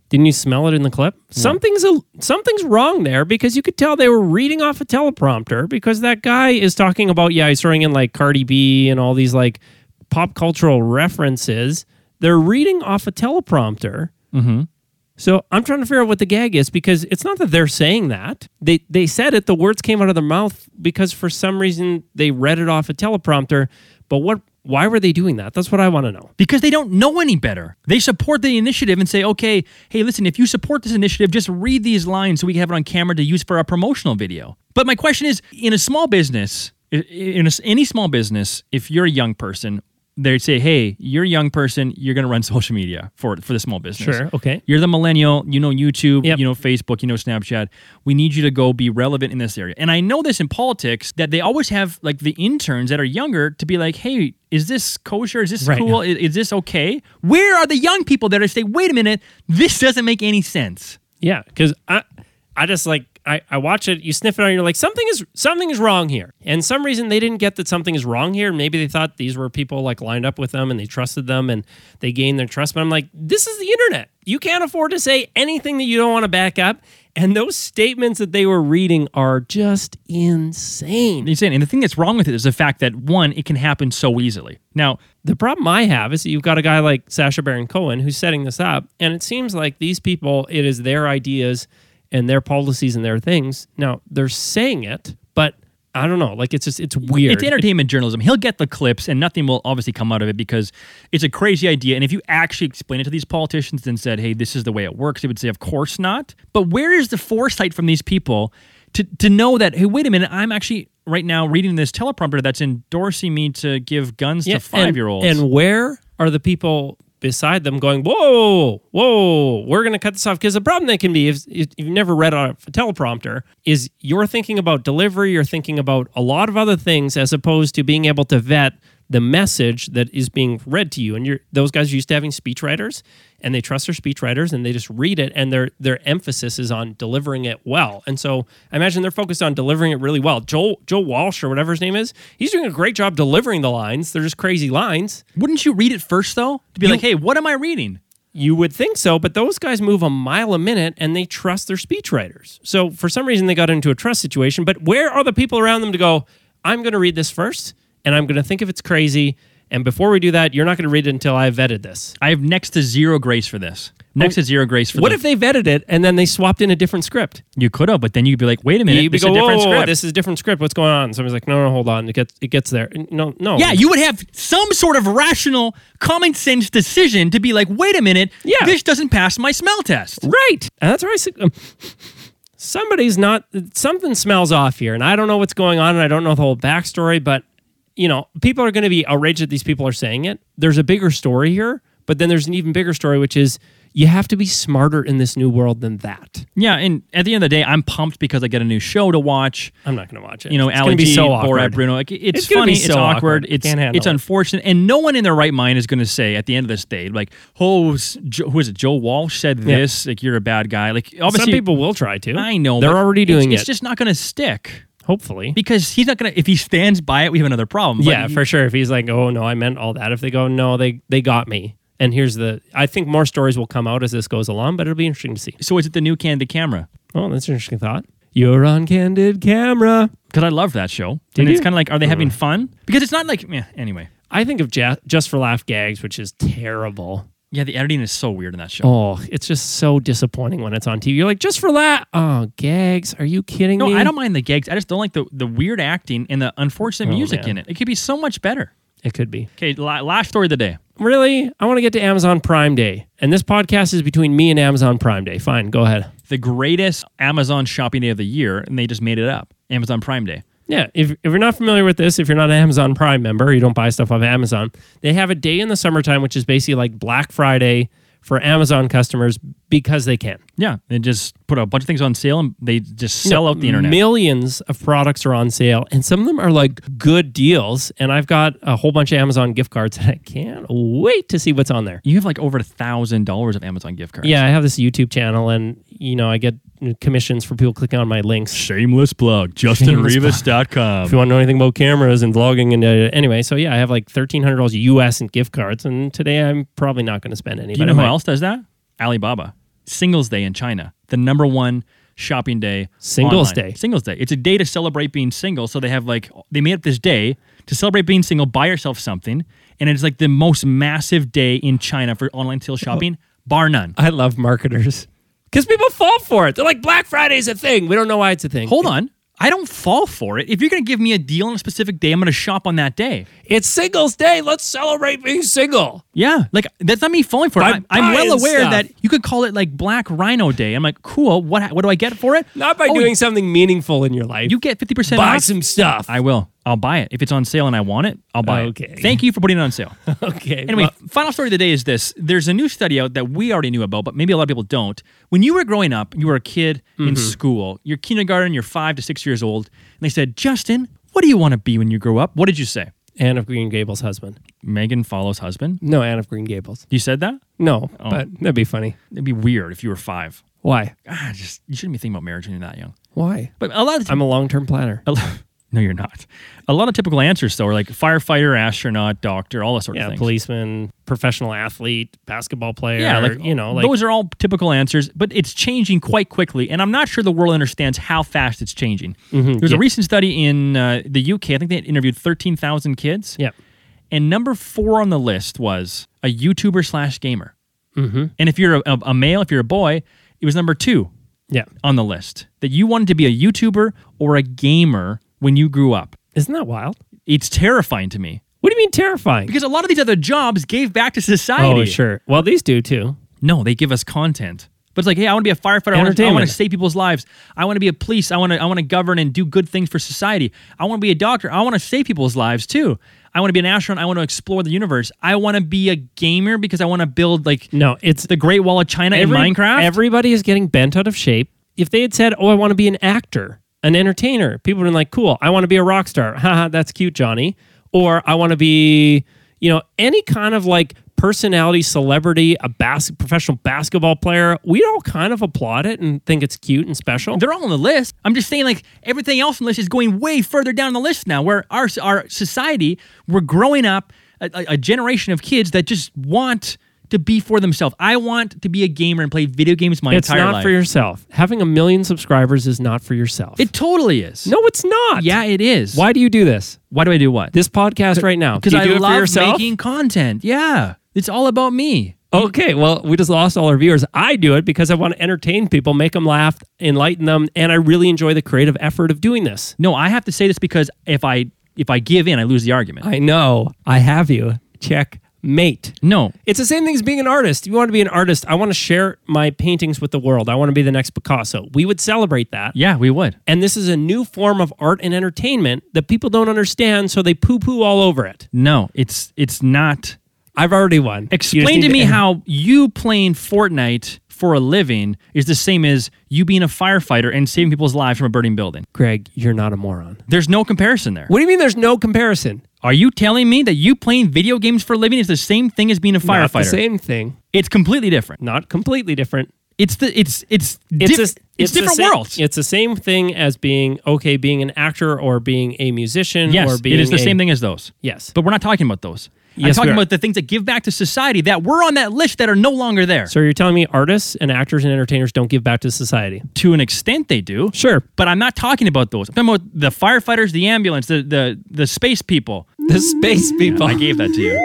Speaker 1: Didn't you smell it in the clip? Something's a, something's wrong there because you could tell they were reading off a teleprompter because that guy is talking about yeah, he's throwing in like Cardi B and all these like pop cultural references. They're reading off a teleprompter. Mm-hmm. So I'm trying to figure out what the gag is because it's not that they're saying that they they said it. The words came out of their mouth because for some reason they read it off a teleprompter. But what Why were they doing that? That's what I want to know.
Speaker 2: because they don't know any better. They support the initiative and say, okay, hey, listen, if you support this initiative, just read these lines so we can have it on camera to use for our promotional video. But my question is in a small business, i- in a s any small business, if you're a young person, they say, hey, you're a young person, you're going to run [laughs] social media for, for the small business.
Speaker 1: Sure, okay.
Speaker 2: You're the millennial, you know YouTube,
Speaker 1: Yep.
Speaker 2: you know Facebook, you know Snapchat. We need you to go be relevant in this area. And I know this in politics that they always have like the interns that are younger to be like, hey, is this kosher? Is this
Speaker 1: Right.
Speaker 2: cool? I- Is, this okay? Where are the young people that are say, wait a minute, this doesn't make any sense?
Speaker 1: Yeah, because I, I just like I, I watch it. You sniff it out, and you're like, something is something is wrong here. And some reason they didn't get that something is wrong here. Maybe they thought these were people like lined up with them and they trusted them and they gained their trust. But I'm like, this is the internet. You can't afford to say anything that you don't want to back up. And those statements that they were reading are just insane.
Speaker 2: You're saying, and the thing that's wrong with it is the fact that one, it can happen so easily. Now,
Speaker 1: the problem I have is that you've got a guy like Sasha Baron Cohen who's setting this up, and it seems like these people, it is their ideas and their policies and their things. Now they're saying it, but I don't know. Like it's just it's weird.
Speaker 2: It's entertainment journalism. He'll get the clips, and nothing will obviously come out of it because it's a crazy idea. And if you actually explain it to these politicians and said, "Hey, this is the way it works," they would say, "Of course not." But where is the foresight from these people to to know that? Hey, wait a minute, I'm actually right now reading this teleprompter that's endorsing me to give guns
Speaker 1: Yeah,
Speaker 2: to
Speaker 1: and-
Speaker 2: five year olds.
Speaker 1: And where are the people beside them going? Whoa, whoa! We're going to cut this off because the problem that can be is if you've never read a teleprompter is you're thinking about delivery, you're thinking about a lot of other things as opposed to being able to vet the message that is being read to you. And you're those guys are used to having speechwriters, and they trust their speechwriters, and they just read it, and their their emphasis is on delivering it well. And so I imagine they're focused on delivering it really well. Joel Joel Walsh or whatever his name is, he's doing a great job delivering the lines. They're just crazy lines.
Speaker 2: Wouldn't you read it first though to be like, "Hey, what am I reading?"
Speaker 1: You would think so, but those guys move a mile a minute and they trust their speechwriters. So for some reason, they got into a trust situation. But where are the people around them to go, I'm going to read this first and I'm going to think if it's crazy. And before we do that, you're not going to read it until I vetted this.
Speaker 2: I have next to zero grace for this. Next to zero grace for
Speaker 1: What
Speaker 2: the-
Speaker 1: if they vetted it and then they swapped in a different script?
Speaker 2: you could have, but then you'd be like, "Wait a minute,
Speaker 1: You'd be
Speaker 2: this is
Speaker 1: go,
Speaker 2: a
Speaker 1: whoa,
Speaker 2: different
Speaker 1: whoa, whoa,
Speaker 2: script."
Speaker 1: this is a different script. What's going on? And somebody's like, no, no, hold on. It gets, it gets there. And No, no.
Speaker 2: Yeah, you would have some sort of rational, common sense decision to be like, wait a minute,
Speaker 1: Yeah.
Speaker 2: this doesn't pass my smell test.
Speaker 1: Right. And that's where I said, um, somebody's not, something smells off here. And I don't know what's going on. And I don't know the whole backstory, but, you know, people are going to be outraged that these people are saying it. There's a bigger story here, but then there's an even bigger story, which is you have to be smarter in this new world than that.
Speaker 2: Yeah, and at the end of the day, I'm pumped because I get a new show to watch.
Speaker 1: I'm not going to watch it.
Speaker 2: You know,
Speaker 1: it's
Speaker 2: Ali
Speaker 1: going to be
Speaker 2: G,
Speaker 1: so
Speaker 2: Borat
Speaker 1: awkward.
Speaker 2: Bruno. Like, it's,
Speaker 1: It's gonna
Speaker 2: funny,
Speaker 1: be
Speaker 2: it's
Speaker 1: so awkward.
Speaker 2: awkward, it's
Speaker 1: Can't handle
Speaker 2: it's
Speaker 1: it.
Speaker 2: unfortunate, and no one in their right mind is going to say at the end of this day, like, "Oh, s- Jo- who is it? Joe Walsh said
Speaker 1: Yeah.
Speaker 2: this. Like, you're a bad guy." Like,
Speaker 1: Some
Speaker 2: obviously,
Speaker 1: people will try to.
Speaker 2: I know
Speaker 1: They're
Speaker 2: but
Speaker 1: already
Speaker 2: it's-
Speaker 1: doing
Speaker 2: It's
Speaker 1: it.
Speaker 2: just not going to stick
Speaker 1: hopefully.
Speaker 2: because he's not going to. If he stands by it, we have another problem. But
Speaker 1: yeah,
Speaker 2: he-
Speaker 1: for sure. If he's like, "Oh no, I meant all that," if they go, "No, they they got me," and here's the, I think more stories will come out as this goes along, but it'll be interesting to see.
Speaker 2: So is it the new candid camera?
Speaker 1: Oh, that's an interesting thought. You're on candid camera.
Speaker 2: because I love that show.
Speaker 1: Did
Speaker 2: and it's
Speaker 1: you? Uh-huh.
Speaker 2: kind of like, are they having fun? Because it's not like, yeah, anyway.
Speaker 1: I think of ja- just for laugh gags, which is terrible.
Speaker 2: Yeah, the editing is so weird in that show.
Speaker 1: Oh, it's just so disappointing when it's on TV. You're like, just for laugh. Oh, gags? Are you kidding
Speaker 2: no,
Speaker 1: me?
Speaker 2: I don't mind the gigs. I just don't like the, the weird acting and the unfortunate music
Speaker 1: Oh, man.
Speaker 2: in it. It could be so much better.
Speaker 1: It could be.
Speaker 2: Okay, la- last story of the day.
Speaker 1: Really? I want to get to Amazon Prime Day, and this podcast is between me and Amazon Prime Day. Fine, go ahead.
Speaker 2: The greatest Amazon shopping day of the year, and they just made it up Amazon Prime Day.
Speaker 1: Yeah, if, if you're not familiar with this, if you're not an Amazon Prime member, you don't buy stuff off Amazon. They have a day in the summertime, which is basically like Black Friday for Amazon customers because they can.
Speaker 2: Yeah, they just put a bunch of things on sale and they just sell out the internet.
Speaker 1: Millions of products are on sale, and some of them are like good deals. And I've got a whole bunch of Amazon gift cards, [laughs] and I can't wait to see what's on there.
Speaker 2: you have like over a thousand dollars of Amazon gift cards.
Speaker 1: Yeah, I have this YouTube channel, and you know I get commissions for people clicking on my links.
Speaker 2: Shameless plug, justinrevis.com.
Speaker 1: If you want to know anything about cameras and vlogging and uh, anyway, so yeah, I have like thirteen hundred dollars US in gift cards, and today I'm probably not going to spend any.
Speaker 2: Do you
Speaker 1: but
Speaker 2: know
Speaker 1: I
Speaker 2: who
Speaker 1: might.
Speaker 2: else does that? Alibaba. Singles Day in China, the number one shopping day.
Speaker 1: Singles
Speaker 2: online.
Speaker 1: Day.
Speaker 2: Singles Day. It's a day to celebrate being single. So they have like they made up this day to celebrate being single. Buy yourself something, and it's like the most massive day in China for online sale shopping, bar none.
Speaker 1: I love marketers because people fall for it. They're like Black Friday's a thing. We don't know why it's a thing.
Speaker 2: Hold on. I don't fall for it. If you're going to give me a deal on a specific day, I'm going to shop on that day.
Speaker 1: It's Singles Day. Let's celebrate being single.
Speaker 2: Yeah, like that's not me falling for it.
Speaker 1: By
Speaker 2: I'm, I'm well
Speaker 1: buying
Speaker 2: aware
Speaker 1: stuff.
Speaker 2: that you could call it like Black Rhino Day. I'm like, cool. What what do I get for it?
Speaker 1: Not by
Speaker 2: Oh,
Speaker 1: doing something meaningful in your life.
Speaker 2: You get fifty percent
Speaker 1: buy
Speaker 2: off.
Speaker 1: some stuff.
Speaker 2: I will. I'll buy it if it's on sale and I want it. I'll buy
Speaker 1: Okay.
Speaker 2: it. Thank you for putting it
Speaker 1: [laughs]
Speaker 2: on sale.
Speaker 1: [laughs] okay.
Speaker 2: Anyway,
Speaker 1: well,
Speaker 2: final story of the day is this. There's a new study out that we already knew about, but maybe a lot of people don't. When you were growing up, you were a kid
Speaker 1: Mm-hmm.
Speaker 2: in school, you're kindergarten, you're five to six years old, and they said, Justin, what do you want to be when you grow up? What did you say?
Speaker 1: Anne of Green Gables' husband.
Speaker 2: Megan follows husband.
Speaker 1: No, Anne of Green Gables.
Speaker 2: You said that?
Speaker 1: No, but that'd be funny.
Speaker 2: It'd be weird if you were five.
Speaker 1: Why?
Speaker 2: Ah, just you shouldn't be thinking about marriage when you're that young.
Speaker 1: Why?
Speaker 2: But a lot of the
Speaker 1: I'm a long-term planner.
Speaker 2: a lo- [laughs] no, you're not. A lot of typical answers though are like firefighter, astronaut, doctor, all that sort of
Speaker 1: Yeah,
Speaker 2: things.
Speaker 1: policeman, professional athlete, basketball player.
Speaker 2: Yeah, like oh,
Speaker 1: you know, like
Speaker 2: those are all typical answers, but it's changing quite quickly, and I'm not sure the world understands how fast it's changing.
Speaker 1: Mm-hmm.
Speaker 2: There's a recent study in uh, the UK. I think they had interviewed 13,000 kids.
Speaker 1: Yep.
Speaker 2: and number four on the list was a YouTuber slash gamer. Mm-hmm. And if you're a, a male, if you're a boy, it was number two
Speaker 1: yeah.
Speaker 2: on the list that you wanted to be a YouTuber or a gamer when you grew up.
Speaker 1: Isn't that wild?
Speaker 2: It's terrifying to me
Speaker 1: What do you mean terrifying?
Speaker 2: because a lot of these other jobs gave back to society.
Speaker 1: oh, sure. Well, these do too.
Speaker 2: No, they give us content. But it's like, hey, I want to be a firefighter. I want to, I want
Speaker 1: Entertainment.
Speaker 2: to save people's lives. I want to be a police. I want to. I want to govern and do good things for society. I want to be a doctor. I want to save people's lives too. I want to be an astronaut. I want to explore the universe. I want to be a gamer because I want to build like
Speaker 1: No, it's
Speaker 2: the Great Wall of China
Speaker 1: every-
Speaker 2: in Minecraft.
Speaker 1: Everybody is getting bent out of shape. If they had said, "Oh, I want to be an actor, an entertainer," people would have been like, "Cool, I want to be a rock star." [laughs] Haha, that's cute, Johnny. Or I want to be, you know, any kind of like personality, celebrity, a bas- professional basketball player. We'd all kind of applaud it and think it's cute and special.
Speaker 2: They're all on the list. I'm just saying, like everything else on the list is going way further down the list now. Where our our society, we're growing up a, a a generation of kids that just want to be for themselves. I want to be a gamer and play video games my
Speaker 1: it's
Speaker 2: entire
Speaker 1: not
Speaker 2: life.
Speaker 1: for yourself. Having a million subscribers is not for yourself.
Speaker 2: it totally is.
Speaker 1: no, it's not.
Speaker 2: yeah, it is.
Speaker 1: Why do you do this?
Speaker 2: Why do I do what?
Speaker 1: This podcast right now?
Speaker 2: Because
Speaker 1: Do you
Speaker 2: I
Speaker 1: do it
Speaker 2: love
Speaker 1: for yourself?
Speaker 2: making content. Yeah, it's all about me.
Speaker 1: Okay, well, we just lost all our viewers. I do it because I want to entertain people, make them laugh, enlighten them, and I really enjoy the creative effort of doing this.
Speaker 2: No, I have to say this because if I if I give in, I lose the argument.
Speaker 1: I know I have you. Check mate.
Speaker 2: no,
Speaker 1: It's the same thing as being an artist. If you want to be an artist, I want to share my paintings with the world. I want to be the next Picasso. We would celebrate that.
Speaker 2: yeah, we would.
Speaker 1: And this is a new form of art and entertainment that people don't understand, so they poo poo all over it.
Speaker 2: No, it's it's not
Speaker 1: I've already won. You just
Speaker 2: Explain
Speaker 1: need
Speaker 2: to me how you playing Fortnite for a living is the same as you being a firefighter and saving people's lives from a burning building.
Speaker 1: Greg, you're not a moron.
Speaker 2: There's no comparison there.
Speaker 1: What do you mean there's no comparison?
Speaker 2: Are you telling me that you playing video games for a living is the same thing as being a
Speaker 1: Not the
Speaker 2: firefighter?
Speaker 1: same thing.
Speaker 2: It's completely different.
Speaker 1: Not completely different.
Speaker 2: It's the it's it's
Speaker 1: it's
Speaker 2: diff-
Speaker 1: a,
Speaker 2: it's,
Speaker 1: the
Speaker 2: different
Speaker 1: same-
Speaker 2: worlds.
Speaker 1: It's the same thing as being okay, being an actor or being a musician
Speaker 2: yes,
Speaker 1: or being
Speaker 2: it is the
Speaker 1: a-
Speaker 2: same thing as those.
Speaker 1: Yes,
Speaker 2: But we're not talking about those. I'm
Speaker 1: Yes, we
Speaker 2: talking
Speaker 1: are.
Speaker 2: about the things that give back to society that were on that list that are no longer there.
Speaker 1: so you're telling me artists and actors and entertainers don't give back to society?
Speaker 2: to an extent they do.
Speaker 1: Sure.
Speaker 2: But I'm not talking about those. I'm talking about the firefighters, the ambulance, the the, the space people.
Speaker 1: The [laughs] space people.
Speaker 2: I gave that to you.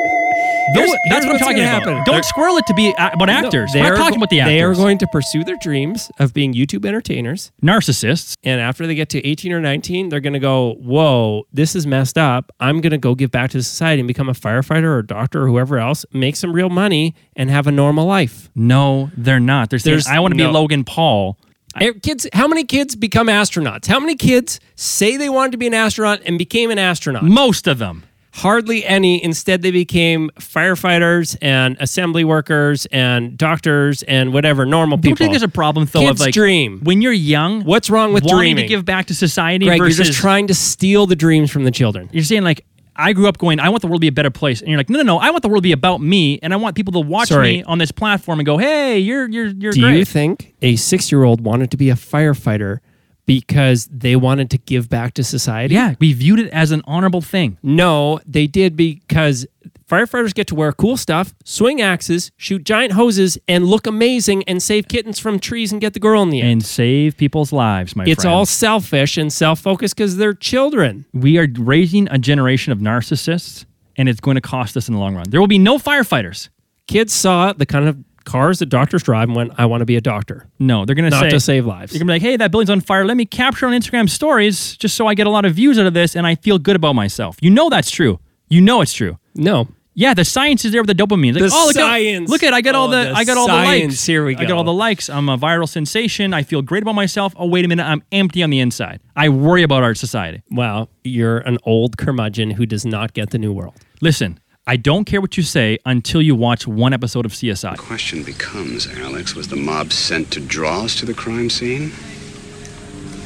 Speaker 2: Those,
Speaker 1: Here's- here's
Speaker 2: that's what I'm
Speaker 1: what's
Speaker 2: talking
Speaker 1: gonna
Speaker 2: about.
Speaker 1: happen.
Speaker 2: Don't
Speaker 1: They're-
Speaker 2: squirrel it to be a- about actors.
Speaker 1: They
Speaker 2: We're
Speaker 1: are
Speaker 2: not talking
Speaker 1: go-
Speaker 2: about the actors.
Speaker 1: They are going to pursue their dreams of being YouTube entertainers,
Speaker 2: narcissists.
Speaker 1: and after they get to 18 or 19, they're going to go, "Whoa, this is messed up. I'm going to go give back to society and become a firefighter or a doctor or whoever else, make some real money, and have a normal life."
Speaker 2: No, they're not. They're saying,
Speaker 1: There's-
Speaker 2: I want to
Speaker 1: no.
Speaker 2: be Logan Paul.
Speaker 1: Eh, Kids, how many kids become astronauts? How many kids say they wanted to be an astronaut and became an astronaut?
Speaker 2: Most of them.
Speaker 1: Hardly any. Instead, they became firefighters and assembly workers and doctors and whatever normal
Speaker 2: Don't
Speaker 1: people.
Speaker 2: you think there's a problem though of
Speaker 1: Kids
Speaker 2: like
Speaker 1: dream.
Speaker 2: when you're young?
Speaker 1: What's wrong with
Speaker 2: wanting
Speaker 1: dreaming?
Speaker 2: to give back to society
Speaker 1: Greg,
Speaker 2: versus
Speaker 1: you're just trying to steal the dreams from the children.
Speaker 2: you're saying like I grew up going, I want the world to be a better place, and you're like, no, no, no, I want the world to be about me, and I want people to watch
Speaker 1: Sorry.
Speaker 2: me on this platform and go, hey, you're you're you're
Speaker 1: Do
Speaker 2: great.
Speaker 1: you think a six-year-old wanted to be a firefighter because they wanted to give back to society?
Speaker 2: yeah, we viewed it as an honorable thing.
Speaker 1: No, they did because firefighters get to wear cool stuff, swing axes, shoot giant hoses, and look amazing and save kittens from trees and get the girl in the end.
Speaker 2: And save people's lives, my
Speaker 1: it's
Speaker 2: friend.
Speaker 1: all selfish and self focused because they're children.
Speaker 2: we are raising a generation of narcissists, and it's going to cost us in the long run. There will be no firefighters.
Speaker 1: Kids saw the kind of cars that doctors drive and went, I want to be a doctor,
Speaker 2: No, they're gonna
Speaker 1: not
Speaker 2: say
Speaker 1: to save lives.
Speaker 2: You're gonna be like, hey, that building's on fire. Let me capture on Instagram stories just so I get a lot of views out of this and I feel good about myself. You know that's true. You know it's true.
Speaker 1: no.
Speaker 2: Yeah, the science is there with the dopamine. Like,
Speaker 1: The
Speaker 2: oh, look at-
Speaker 1: science.
Speaker 2: look at I got all
Speaker 1: Oh,
Speaker 2: the,
Speaker 1: the
Speaker 2: I got all the
Speaker 1: science.
Speaker 2: likes.
Speaker 1: Here we
Speaker 2: I got
Speaker 1: go.
Speaker 2: all the likes. I'm a viral sensation. I feel great about myself. Oh wait a minute, I'm empty on the inside. I worry about our society.
Speaker 1: Wow, you're an old curmudgeon who does not get the new world.
Speaker 2: Listen, I don't care what you say until you watch one episode of CSI.
Speaker 6: Question becomes, Alex, was the mob sent to draw us to the crime scene?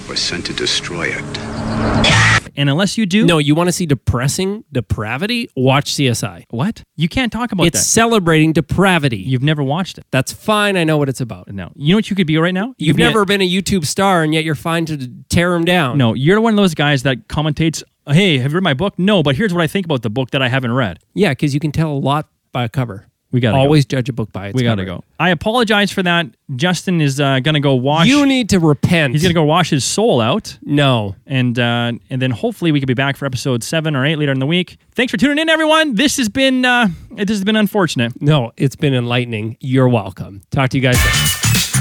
Speaker 6: Or sent to destroy it?
Speaker 2: And unless you do,
Speaker 1: No, you want to see depressing depravity? Watch CSI.
Speaker 2: what? You can't talk about
Speaker 1: It's
Speaker 2: that.
Speaker 1: celebrating depravity.
Speaker 2: You've never watched it.
Speaker 1: That's fine. I know what it's about.
Speaker 2: No. You know what you could be right now? You
Speaker 1: You've
Speaker 2: could be a-
Speaker 1: never been a YouTube star, and yet you're fine to tear him down.
Speaker 2: No, you're one of those guys that commentates, hey, have you read my book? No, but here's what I think about the book that I haven't read.
Speaker 1: Yeah, because you can tell a lot by a cover.
Speaker 2: We gotta go.
Speaker 1: always judge a book by its.
Speaker 2: we got to
Speaker 1: cover.
Speaker 2: go. I apologize for that. Justin is uh, going to go wash.
Speaker 1: You need to repent.
Speaker 2: He's going to go wash his soul out.
Speaker 1: No.
Speaker 2: And, uh, and then hopefully we could be back for episode seven or eight later in the week. Thanks for tuning in, everyone. This has been uh, this has been unfortunate.
Speaker 1: No, it's been enlightening. You're welcome. Talk to you guys. Later.